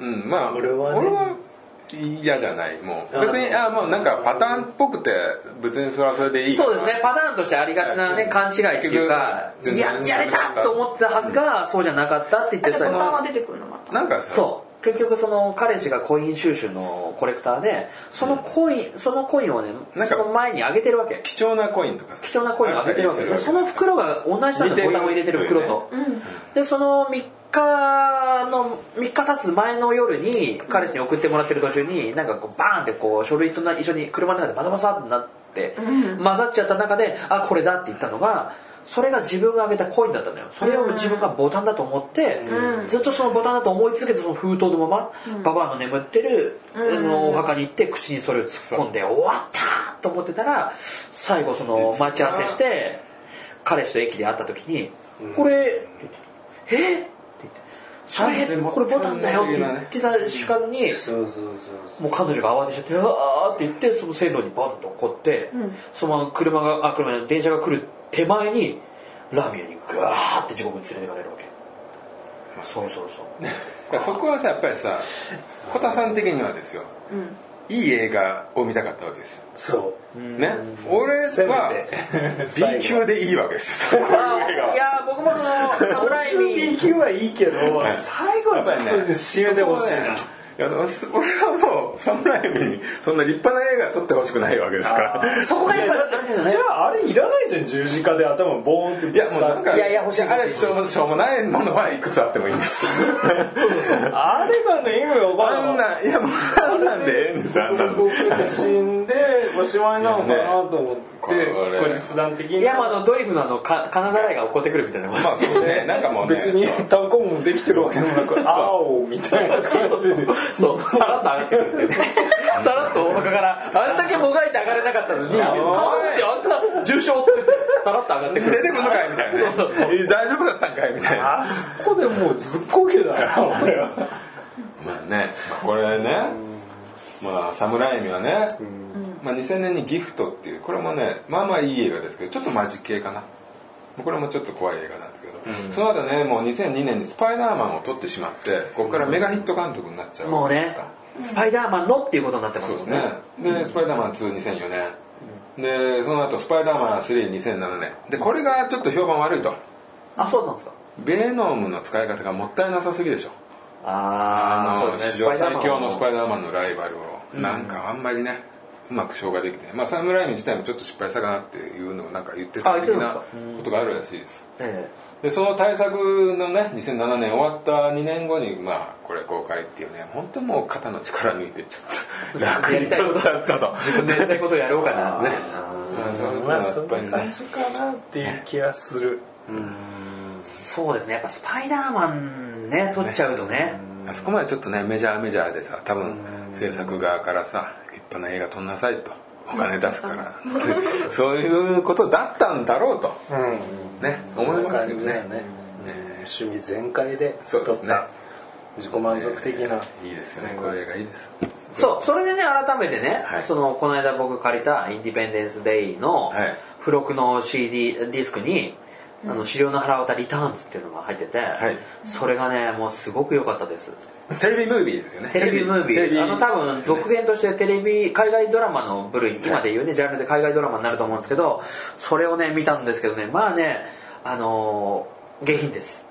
[SPEAKER 1] うんまあ
[SPEAKER 4] 俺はね
[SPEAKER 1] 俺は嫌じゃないもう
[SPEAKER 4] あ
[SPEAKER 1] 別にあもうなんかパターンっぽくて別にそれはそれでいいか
[SPEAKER 3] そ
[SPEAKER 1] な
[SPEAKER 3] うですねパターンとしてありがちな、ね
[SPEAKER 1] うん
[SPEAKER 3] 勘違いっていうか
[SPEAKER 1] 結
[SPEAKER 3] い
[SPEAKER 1] 局
[SPEAKER 3] ややれたと思ってたはずがそうじゃなかったって言っ
[SPEAKER 2] あ
[SPEAKER 3] て
[SPEAKER 2] じゃあ
[SPEAKER 3] 最
[SPEAKER 2] ボ
[SPEAKER 3] 後
[SPEAKER 2] タンは出てくるのまた
[SPEAKER 1] なんかさ
[SPEAKER 3] そう結局その彼氏がコイン収集のコレクターでそのコイン、そのコインをね
[SPEAKER 1] なんか
[SPEAKER 3] その前にあげてるわけ
[SPEAKER 1] 貴重なコインとかさ
[SPEAKER 3] 貴重なコインをあげてるわけで
[SPEAKER 1] あったりす
[SPEAKER 3] その袋が同じなん
[SPEAKER 1] 似て
[SPEAKER 3] で
[SPEAKER 1] る
[SPEAKER 3] ボタンを入れてる袋と、
[SPEAKER 2] うん
[SPEAKER 3] でその3日の3日経つ前の夜に彼氏に送ってもらってる途中になんかこうバーンってこう書類とな一緒に車の中でバサバサってなって
[SPEAKER 2] うん
[SPEAKER 3] 混ざっちゃった中であこれだって言ったのがそれが自分があげたコインだったんだよそれを自分がボタンだと思って
[SPEAKER 2] うん
[SPEAKER 3] ずっとそのボタンだと思い続けてその封筒のままババアの眠ってるあのお墓に行って口にそれを突っ込んで終わったと思ってたら最後その待ち合わせして彼氏と駅で会った時に「これえっ?」って言って「それこれボタンだよ」って言ってた瞬間に
[SPEAKER 4] そうそうそう
[SPEAKER 3] もう彼女が慌てちゃって「うわー」って言ってその線路にバンと起こって、
[SPEAKER 2] うん
[SPEAKER 3] そのまま車があ車じゃない電車が来る手前にラミアにグワーって地獄に連れてかれるわけ、そうそうそう
[SPEAKER 1] だからそこはさやっぱりさ小田さん的にはですよ
[SPEAKER 2] うん
[SPEAKER 1] いい映画を見たかったわけですよ
[SPEAKER 4] そう
[SPEAKER 1] ね俺
[SPEAKER 4] せめ
[SPEAKER 1] は
[SPEAKER 4] て (laughs)
[SPEAKER 1] B
[SPEAKER 4] 最後
[SPEAKER 1] 級でいいわけですよこういう映画はい
[SPEAKER 3] やー僕もそのサムライミ
[SPEAKER 4] B 級はいいけど最後はちょっ
[SPEAKER 1] やっぱりね
[SPEAKER 4] と締めてほしいな
[SPEAKER 1] や俺はもう侍にそんな立派な映画撮ってほしくないわけですから
[SPEAKER 3] (laughs) そこがやっぱあれですよね
[SPEAKER 4] じゃああれいらないじゃん十字架で頭ボーンって
[SPEAKER 1] いやもうなんか
[SPEAKER 3] いやいや欲しい欲しい
[SPEAKER 1] あれしょうもしょうもないものはいくつあってもいいんです
[SPEAKER 4] あれがね意味わから
[SPEAKER 1] あん
[SPEAKER 4] んな
[SPEAKER 1] な
[SPEAKER 4] い
[SPEAKER 1] んいやもうあんなんでええんですあんなん
[SPEAKER 4] 僕が死んでおしまいなのかなと思っ
[SPEAKER 1] ね
[SPEAKER 4] て
[SPEAKER 1] これ
[SPEAKER 4] 後日談的に
[SPEAKER 3] いやまああのドリフのあのか金払いが起こってくるみたいな、
[SPEAKER 1] まあそうねなんかもうね
[SPEAKER 4] 別に単行もできてるわけでもなく「あお」みたいな感じで
[SPEAKER 3] そうさらっと上がってくるってねさらっとお腹からあんだけもがいて上がれなかったのに
[SPEAKER 1] やばい
[SPEAKER 3] 顔見てあんた重症って言ってさらっと上がってく
[SPEAKER 1] 出
[SPEAKER 3] る
[SPEAKER 1] てくんのかいみたいなね
[SPEAKER 3] そうそう
[SPEAKER 1] え大丈夫だったんかいみたいな
[SPEAKER 4] あそこでもうずっこけだよ俺は
[SPEAKER 1] まあね、まあこれね、まあ、サムライミはね、まあ、2000年にギフトっていう、これもね、まあまあいい映画ですけど、ちょっとマジ系かな。これもちょっと怖い映画なんですけど、その後ね、もう2002年にスパイダーマンを撮ってしまって、ここからメガヒット監督になっちゃう
[SPEAKER 3] も
[SPEAKER 1] わ
[SPEAKER 3] う
[SPEAKER 1] けで
[SPEAKER 3] ね
[SPEAKER 1] すか。、
[SPEAKER 3] スパイダーマンのっていうことになってます
[SPEAKER 1] そう
[SPEAKER 3] も
[SPEAKER 1] で
[SPEAKER 3] ん
[SPEAKER 1] す
[SPEAKER 3] ね。
[SPEAKER 1] ね。で、スパイダーマン2、2004年。で、その後、スパイダーマン3、2007年。で、これがちょっと評判悪いと。
[SPEAKER 3] あ、そうなんですか。
[SPEAKER 1] ベノムの使い方がもったいなさすぎでしょ。
[SPEAKER 3] あ
[SPEAKER 1] あ
[SPEAKER 3] ー
[SPEAKER 1] の、史上最強のスパイダーマンのライバルをなんかあんまりねううまく消化できてまあ侍に自体もちょっと失敗したかなっていうのをなんか言って
[SPEAKER 3] あ
[SPEAKER 1] た
[SPEAKER 3] 言っ
[SPEAKER 1] 的
[SPEAKER 3] てたんで
[SPEAKER 1] な
[SPEAKER 3] すか
[SPEAKER 1] ことがあるらしいです
[SPEAKER 3] え
[SPEAKER 1] でその対策のね2007年終わった2年後にまあこれ公開っていうね本当もう肩の力抜いてちょっと楽に取っちゃったと
[SPEAKER 3] え自分でやりたいことをやろうかな
[SPEAKER 1] (laughs)
[SPEAKER 3] ね
[SPEAKER 4] まあそんな
[SPEAKER 1] ね
[SPEAKER 4] 感じかなっていう気はする
[SPEAKER 3] そうですねやっぱスパイダーマンね撮っちゃうとね
[SPEAKER 1] あそこまでちょっとねメジャーメジャーでさ多分制作側からさ立派な映画撮んなさいとお金出す
[SPEAKER 3] (laughs)
[SPEAKER 1] からってそういうことだったんだろうとね思いますよ
[SPEAKER 4] そ
[SPEAKER 1] ね
[SPEAKER 4] んな感じだようん趣味全開で撮
[SPEAKER 1] そうで
[SPEAKER 4] っ
[SPEAKER 1] すね
[SPEAKER 4] た自己満足的ない
[SPEAKER 1] いですよねこういう映画いいです
[SPEAKER 3] そうそれでね改めてね、
[SPEAKER 1] はい
[SPEAKER 3] そのこの間僕借りた「インディペンデンス・デイ」の
[SPEAKER 1] はい
[SPEAKER 3] 付録の CD ディスクに「あの資料の腹渡リターンズ」っていうのが入って
[SPEAKER 1] い
[SPEAKER 3] て、それがねもうすごく良かったです
[SPEAKER 1] テレビムービーですよね
[SPEAKER 3] テレビムービ
[SPEAKER 1] テレビ
[SPEAKER 3] ーあの多分続編としてテレビ海外ドラマの部類今で言うねジャンルで海外ドラマになると思うんですけどそれをね見たんですけどねまあねあのー下品です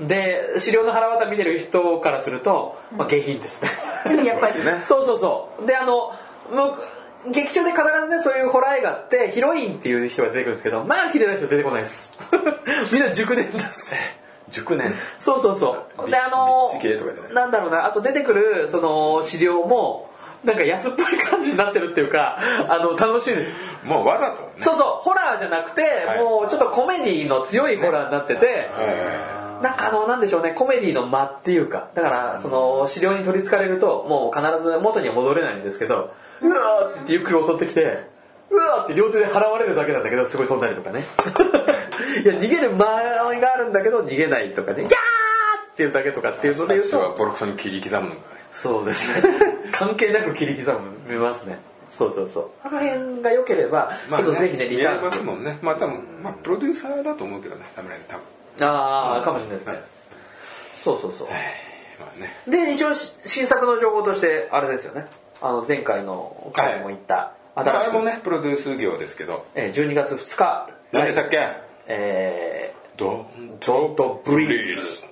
[SPEAKER 3] で資料の腹渡見てる人からすると、まあ、下品ですね
[SPEAKER 2] でもやっぱり
[SPEAKER 3] (laughs) そうそうそうであのもう劇中で必ずねそういうホラー映画ってヒロインっていう人が出てくるんですけどまあ綺麗な人出てこないです (laughs) みんな熟年です
[SPEAKER 1] 熟年
[SPEAKER 3] そうそうそうであの
[SPEAKER 1] リッチ系とかじゃない
[SPEAKER 3] なんだろうなあと出てくるその資料もなんか安っぽい感じになってるっていうかあの楽しいです
[SPEAKER 1] もうわざとね
[SPEAKER 3] そうそうホラーじゃなくて、
[SPEAKER 1] はい
[SPEAKER 3] もうちょっとコメディの強いホラーになってて、なんかあのなんでしょうねコメディの間っていうかだからその資料に取りつかれるともう必ず元には戻れないんですけどうわーって言ってゆっくり襲ってきてうわーって両手で払われるだけなんだけどすごい飛んだりとかね (laughs) いや逃げる間合いがあるんだけど逃げないとかねギャーっていうだけとかっていうので言う
[SPEAKER 1] 私は
[SPEAKER 3] と
[SPEAKER 1] ボロクソに切り刻むのがね
[SPEAKER 3] そうですね (laughs) 関係なく切り刻みますねそうそうそうあの辺が良ければ、ちょっとぜひねリ
[SPEAKER 1] 見
[SPEAKER 3] タ
[SPEAKER 1] られ
[SPEAKER 3] ーン
[SPEAKER 1] ま
[SPEAKER 3] ズ
[SPEAKER 1] すもんねまあ多分まあプロデューサーだと思うけどね侍多分
[SPEAKER 3] ああかもしれないですね、そうそうそう
[SPEAKER 1] まあね
[SPEAKER 3] で一応し新作の情報としてあれですよねあの前回の回でも言った
[SPEAKER 1] まあ
[SPEAKER 3] 新
[SPEAKER 1] あ
[SPEAKER 3] し
[SPEAKER 1] れ
[SPEAKER 3] く、
[SPEAKER 1] もねプロデュース業ですけど
[SPEAKER 3] えー12月2日
[SPEAKER 1] 何でしたっけ
[SPEAKER 3] え
[SPEAKER 1] ドン
[SPEAKER 3] ー、ドットブリーズ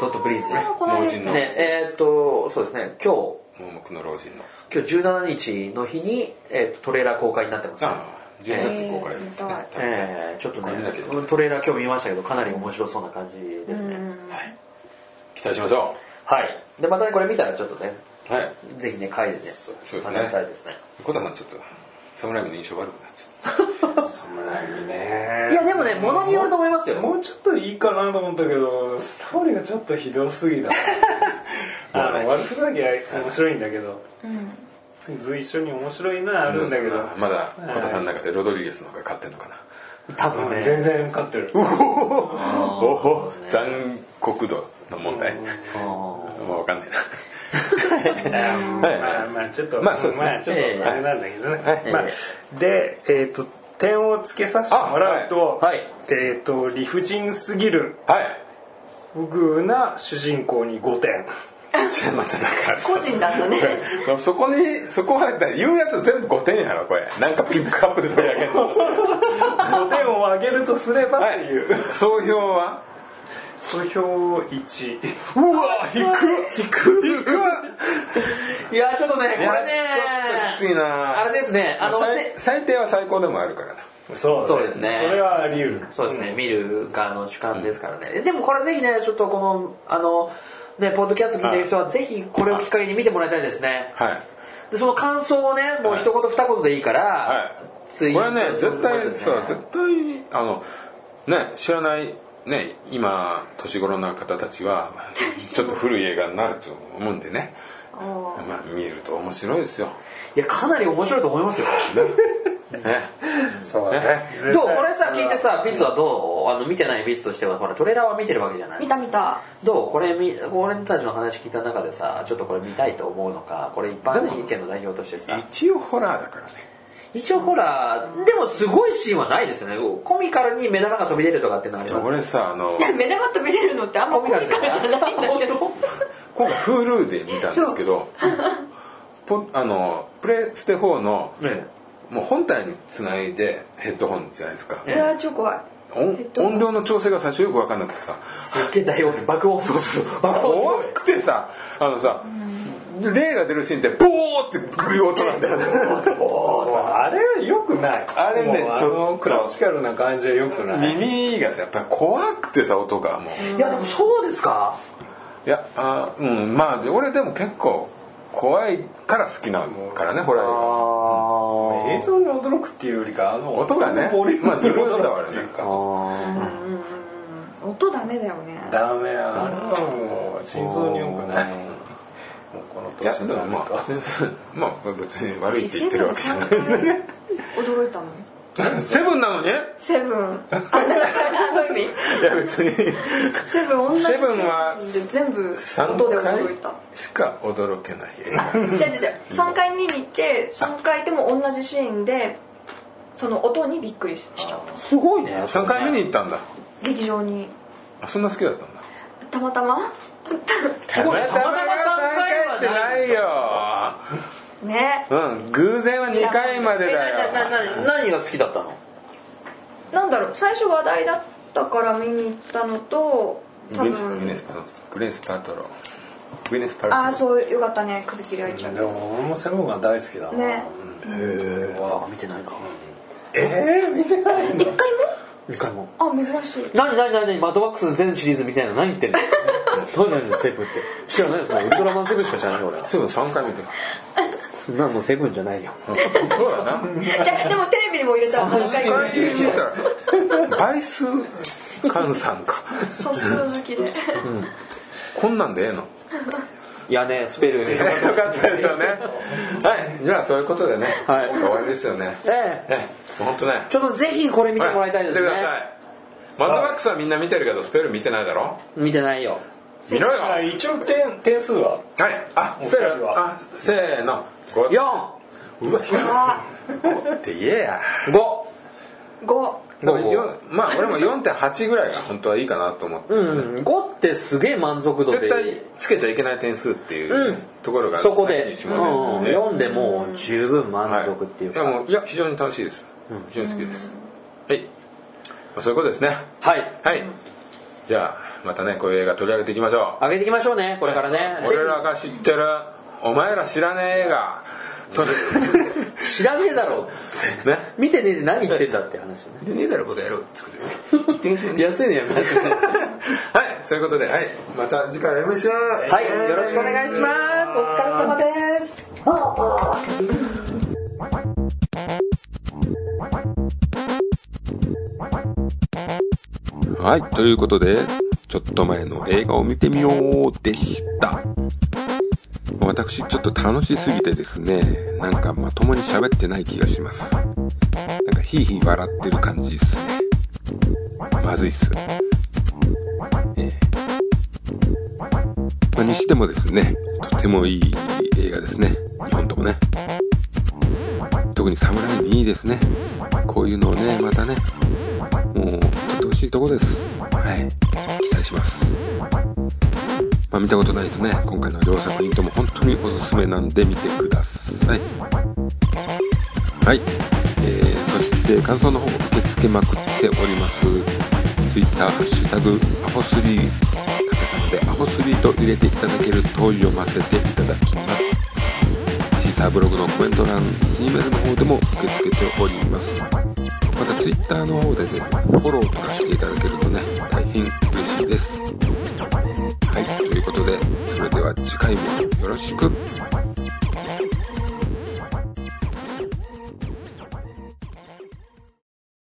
[SPEAKER 3] ドットブリーズね
[SPEAKER 2] この間
[SPEAKER 1] 老人
[SPEAKER 3] ねえーっとそうですね今日
[SPEAKER 1] 盲目の老人の
[SPEAKER 3] 今日17日の日に、えーっとトレーラー公開になってますね
[SPEAKER 1] ああ12月公開ですね
[SPEAKER 2] え
[SPEAKER 3] えー、ちょっとね
[SPEAKER 1] これだけ
[SPEAKER 3] トレーラー今日見ましたけどかなり面白そうな感じですね
[SPEAKER 1] 期待しましょ
[SPEAKER 3] はいでまたねこれ見たらちょっとね
[SPEAKER 1] うはい
[SPEAKER 3] ぜひね会でね
[SPEAKER 1] うですね
[SPEAKER 3] 話したいですね
[SPEAKER 1] 小田さんちょっと侍の印象悪くなっちゃっ
[SPEAKER 4] 侍にね
[SPEAKER 3] いやでもねものによると思いますよ
[SPEAKER 4] もうちょっといいかなと思ったけどストーリーがちょっとひどすぎたあの悪ふざけは面白いんだけど随所に面白いのはあ
[SPEAKER 1] た
[SPEAKER 4] るんだけど
[SPEAKER 1] まあまだ小田さんの中でロドリゲスの方が勝ってんのかな
[SPEAKER 3] 多分ね
[SPEAKER 4] 全然勝ってる
[SPEAKER 1] おお残酷度の問題
[SPEAKER 3] あ
[SPEAKER 1] もう分かんないな
[SPEAKER 4] まあまあちょっと
[SPEAKER 1] まあそうですね
[SPEAKER 4] まあちょっとあれなんだけどね、
[SPEAKER 1] はい
[SPEAKER 4] まあ、でえっ、と点をつけさせてもらうと、
[SPEAKER 3] あはい
[SPEAKER 4] えっ、と理不尽すぎる
[SPEAKER 1] はい
[SPEAKER 4] 不遇な主人公に5点
[SPEAKER 1] じゃあまただから
[SPEAKER 2] (laughs) 個人
[SPEAKER 1] (laughs)
[SPEAKER 2] だとね
[SPEAKER 1] そこにそこはだから言うやつ全部5点やろこれなんかピックアップでそれあげるの
[SPEAKER 4] 5点を上げるとすれば
[SPEAKER 1] は
[SPEAKER 4] って
[SPEAKER 1] い
[SPEAKER 4] いう、
[SPEAKER 1] 総評は
[SPEAKER 4] 総評1
[SPEAKER 1] うわ低く低く低く
[SPEAKER 3] いやちょっとねこ
[SPEAKER 1] いや
[SPEAKER 3] れね
[SPEAKER 1] ちょっときついな
[SPEAKER 3] あれですねあの
[SPEAKER 1] 最
[SPEAKER 3] せ
[SPEAKER 1] 最低は最高でもあるからな
[SPEAKER 4] そう
[SPEAKER 3] そうですね
[SPEAKER 4] それはあり得る
[SPEAKER 3] そうですね、見る側の主観ですからね、でもこれぜひねちょっとこのあのねポッドキャスト聞いてる人はぜひこれをきっかけに見てもらいたいですね
[SPEAKER 1] はい
[SPEAKER 3] でその感想をねもう一言二言でいいから、
[SPEAKER 1] はい
[SPEAKER 3] ツイー
[SPEAKER 1] こ
[SPEAKER 3] ト
[SPEAKER 1] れね絶対
[SPEAKER 3] する
[SPEAKER 1] そう
[SPEAKER 3] ことです
[SPEAKER 1] 絶対あのね知らないね今年頃の方たちはちょっと古い映画になると思うんでね
[SPEAKER 2] おー
[SPEAKER 1] まあ見ると面白いですよ
[SPEAKER 3] いやかなり面白いと思いますよ
[SPEAKER 4] そうだね絶対
[SPEAKER 3] どうこれさ聞いてさビッツはどうあの見てないビッツとしてはほらトレーラーは見てるわけじゃない
[SPEAKER 2] 見た見た
[SPEAKER 3] どうこれみ俺たちの話聞いた中でさちょっとこれ見たいと思うのかこれ一般意見の代表としてさ
[SPEAKER 1] 一応ホラーだからね
[SPEAKER 3] 一応ほらでもすごいシーンはないですよねコミカルに目玉が飛び出るとかっていうのはあります
[SPEAKER 1] 俺さあの
[SPEAKER 2] いや目玉と見れるのってあんまコミカルじゃないんだけど
[SPEAKER 3] 本
[SPEAKER 1] 今回 Hulu で見たんですけどポあのプレステ4の
[SPEAKER 3] 当ね
[SPEAKER 1] もう本体につないでヘッドホンじゃないですか
[SPEAKER 3] え
[SPEAKER 2] うわ超怖い
[SPEAKER 1] 音
[SPEAKER 2] えっと
[SPEAKER 1] 音量の調整が最初よく分かんなくてさ
[SPEAKER 3] すっげえ大音爆音そうそうそう爆音
[SPEAKER 1] 怖くてさあのさ霊が出るシーンってボーってグイ音なんだよね
[SPEAKER 4] あれはよくない
[SPEAKER 1] あれね
[SPEAKER 4] もう
[SPEAKER 1] ちょっと
[SPEAKER 4] あのクラシカルな感じはよくない
[SPEAKER 1] 耳がさやっぱり怖くてさ音がもう
[SPEAKER 3] いやでもそうですか
[SPEAKER 1] いやあーうんまあで俺でも結構怖いから好きなからねホラー映画
[SPEAKER 4] 映像に驚くっていうよりかあの
[SPEAKER 1] 音がね
[SPEAKER 4] ボリューム
[SPEAKER 1] まあず
[SPEAKER 4] に
[SPEAKER 1] るさはあ
[SPEAKER 4] 驚く
[SPEAKER 1] るね
[SPEAKER 4] っていうか、
[SPEAKER 2] 音ダメだよね
[SPEAKER 4] ダメだあれはもう心臓に良くないもうこの
[SPEAKER 1] いや
[SPEAKER 4] 年
[SPEAKER 1] で
[SPEAKER 4] にな
[SPEAKER 1] も
[SPEAKER 4] る
[SPEAKER 1] まあ
[SPEAKER 4] と
[SPEAKER 1] 別にまあ別に悪いって言
[SPEAKER 2] 私セ
[SPEAKER 1] って
[SPEAKER 2] ブ
[SPEAKER 1] る
[SPEAKER 2] ン
[SPEAKER 1] わけじゃな
[SPEAKER 2] 3
[SPEAKER 1] い
[SPEAKER 2] 回驚いたの
[SPEAKER 1] セブンなのにい
[SPEAKER 2] セブンあ (laughs) だからそういう意味
[SPEAKER 1] や別に
[SPEAKER 2] セブン同じ
[SPEAKER 1] セブンは
[SPEAKER 2] で全部音で
[SPEAKER 1] 3
[SPEAKER 2] 驚いた
[SPEAKER 1] 回しか驚けない映
[SPEAKER 2] 違う違う違う3回見に行って3回でも同じシーンでその音にびっくりしちゃった
[SPEAKER 3] すごいね
[SPEAKER 1] 画3回見に行ったんだ
[SPEAKER 2] 劇場に
[SPEAKER 1] あそんな好きだったんだ
[SPEAKER 2] たまたま
[SPEAKER 1] すご
[SPEAKER 3] いねたまたま三回は
[SPEAKER 1] ってないよ
[SPEAKER 2] ね
[SPEAKER 1] うん偶然は2回まで
[SPEAKER 3] えなな
[SPEAKER 1] だよ
[SPEAKER 3] な何が好きだったの
[SPEAKER 2] なんだろう最初話題だったから見に行ったのと多
[SPEAKER 1] グレ
[SPEAKER 2] 分
[SPEAKER 1] ースパグレースパトログレースパトロ
[SPEAKER 2] ああそうよかったね首切り合いちゃっ
[SPEAKER 4] でも俺もセブンが大好きだ
[SPEAKER 2] た
[SPEAKER 4] な、
[SPEAKER 2] ね
[SPEAKER 3] あ見てないな
[SPEAKER 2] 一回も
[SPEAKER 3] 一回も
[SPEAKER 2] あ珍しい
[SPEAKER 3] 何何何何マッドマックス全シリーズみたいなの何言ってんの何何何セブンって知らないですねウルトラマンセブンしか知らない俺
[SPEAKER 1] セブン3回見てる
[SPEAKER 3] 何もうセブンじゃないよ
[SPEAKER 1] そうだな
[SPEAKER 2] じゃあでもテレビにも入れたら
[SPEAKER 3] そう
[SPEAKER 2] 若い
[SPEAKER 1] 3回見たら倍数換算か
[SPEAKER 2] 素数好きで
[SPEAKER 1] こんなんでええの
[SPEAKER 3] いやねスペ (laughs) ル
[SPEAKER 1] よかったですよねはいじゃあそういうことでね
[SPEAKER 3] はい
[SPEAKER 1] 終わりですよね
[SPEAKER 3] ええ
[SPEAKER 1] ええ本当ね
[SPEAKER 3] ちょっとぜひこれ見てもらいたいですね
[SPEAKER 1] はい見てくださいマッドマックスはみんな見てるけどスペル見てないだろ
[SPEAKER 3] 見てないよ
[SPEAKER 1] 見ろよ
[SPEAKER 4] あ
[SPEAKER 1] はい
[SPEAKER 4] 一応点点数は
[SPEAKER 1] あスペルあせーの5
[SPEAKER 3] 45
[SPEAKER 1] うわ5って言えや
[SPEAKER 2] 5
[SPEAKER 1] でもよまあ俺も4.8ぐらいが本当はいいかなと思って
[SPEAKER 3] うん5ってすげえ満足度で
[SPEAKER 1] 絶対つけちゃいけない点数っていううんところが
[SPEAKER 3] そこで、
[SPEAKER 1] 何にし
[SPEAKER 3] う
[SPEAKER 1] も
[SPEAKER 3] ん、
[SPEAKER 1] ねね
[SPEAKER 3] 読んでもう十分満足っていうか、
[SPEAKER 1] はい、いやもういや非常に楽しいです、非常に好きです、はい、まあ、そういうことですね
[SPEAKER 3] はい
[SPEAKER 1] はいじゃあまたねこういう映画取り上げていきましょ
[SPEAKER 3] 上げていきましょうねこれから
[SPEAKER 1] う
[SPEAKER 3] ねぜ
[SPEAKER 1] 俺らが知ってるお前ら知らねえ映画取り
[SPEAKER 3] ひ知らねえだろ
[SPEAKER 1] ね
[SPEAKER 3] 見てねえで何言ってんだって話よね
[SPEAKER 1] (laughs) 見てねえだろことやろうってことでね
[SPEAKER 3] (laughs) 安いのやめましょ
[SPEAKER 1] はいそういうことで、はい、また次回お会いしましょう
[SPEAKER 3] うはいよろしくお願いしますお疲れ様です
[SPEAKER 1] はい、ということで、ちょっと前の映画を見てみようでした。私、ちょっと楽しすぎてですね、なんかまともに喋ってない気がします。なんかヒーヒー笑ってる感じっすね。まずいっす。ええまあにしてもですね、とてもいい映画ですね。日本ともね。特に侍にいいですね。こういうのをね、またね、もう撮ってほしいとこですはい期待しますまあ見たことないですね今回の両作品とも本当におすすめなんで見てくださいはい、えー、そして感想の方を受け付けまくっております Twitter ハッシュタグアホ3カタカナでアホ3と入れていただけると読ませていただきますシーサーブログのコメント欄 G メールの方でも受け付けておりますまたツイッターの方でねフォローとかしていただけるとね大変嬉しいですはいということでそれでは次回もよろしくバイ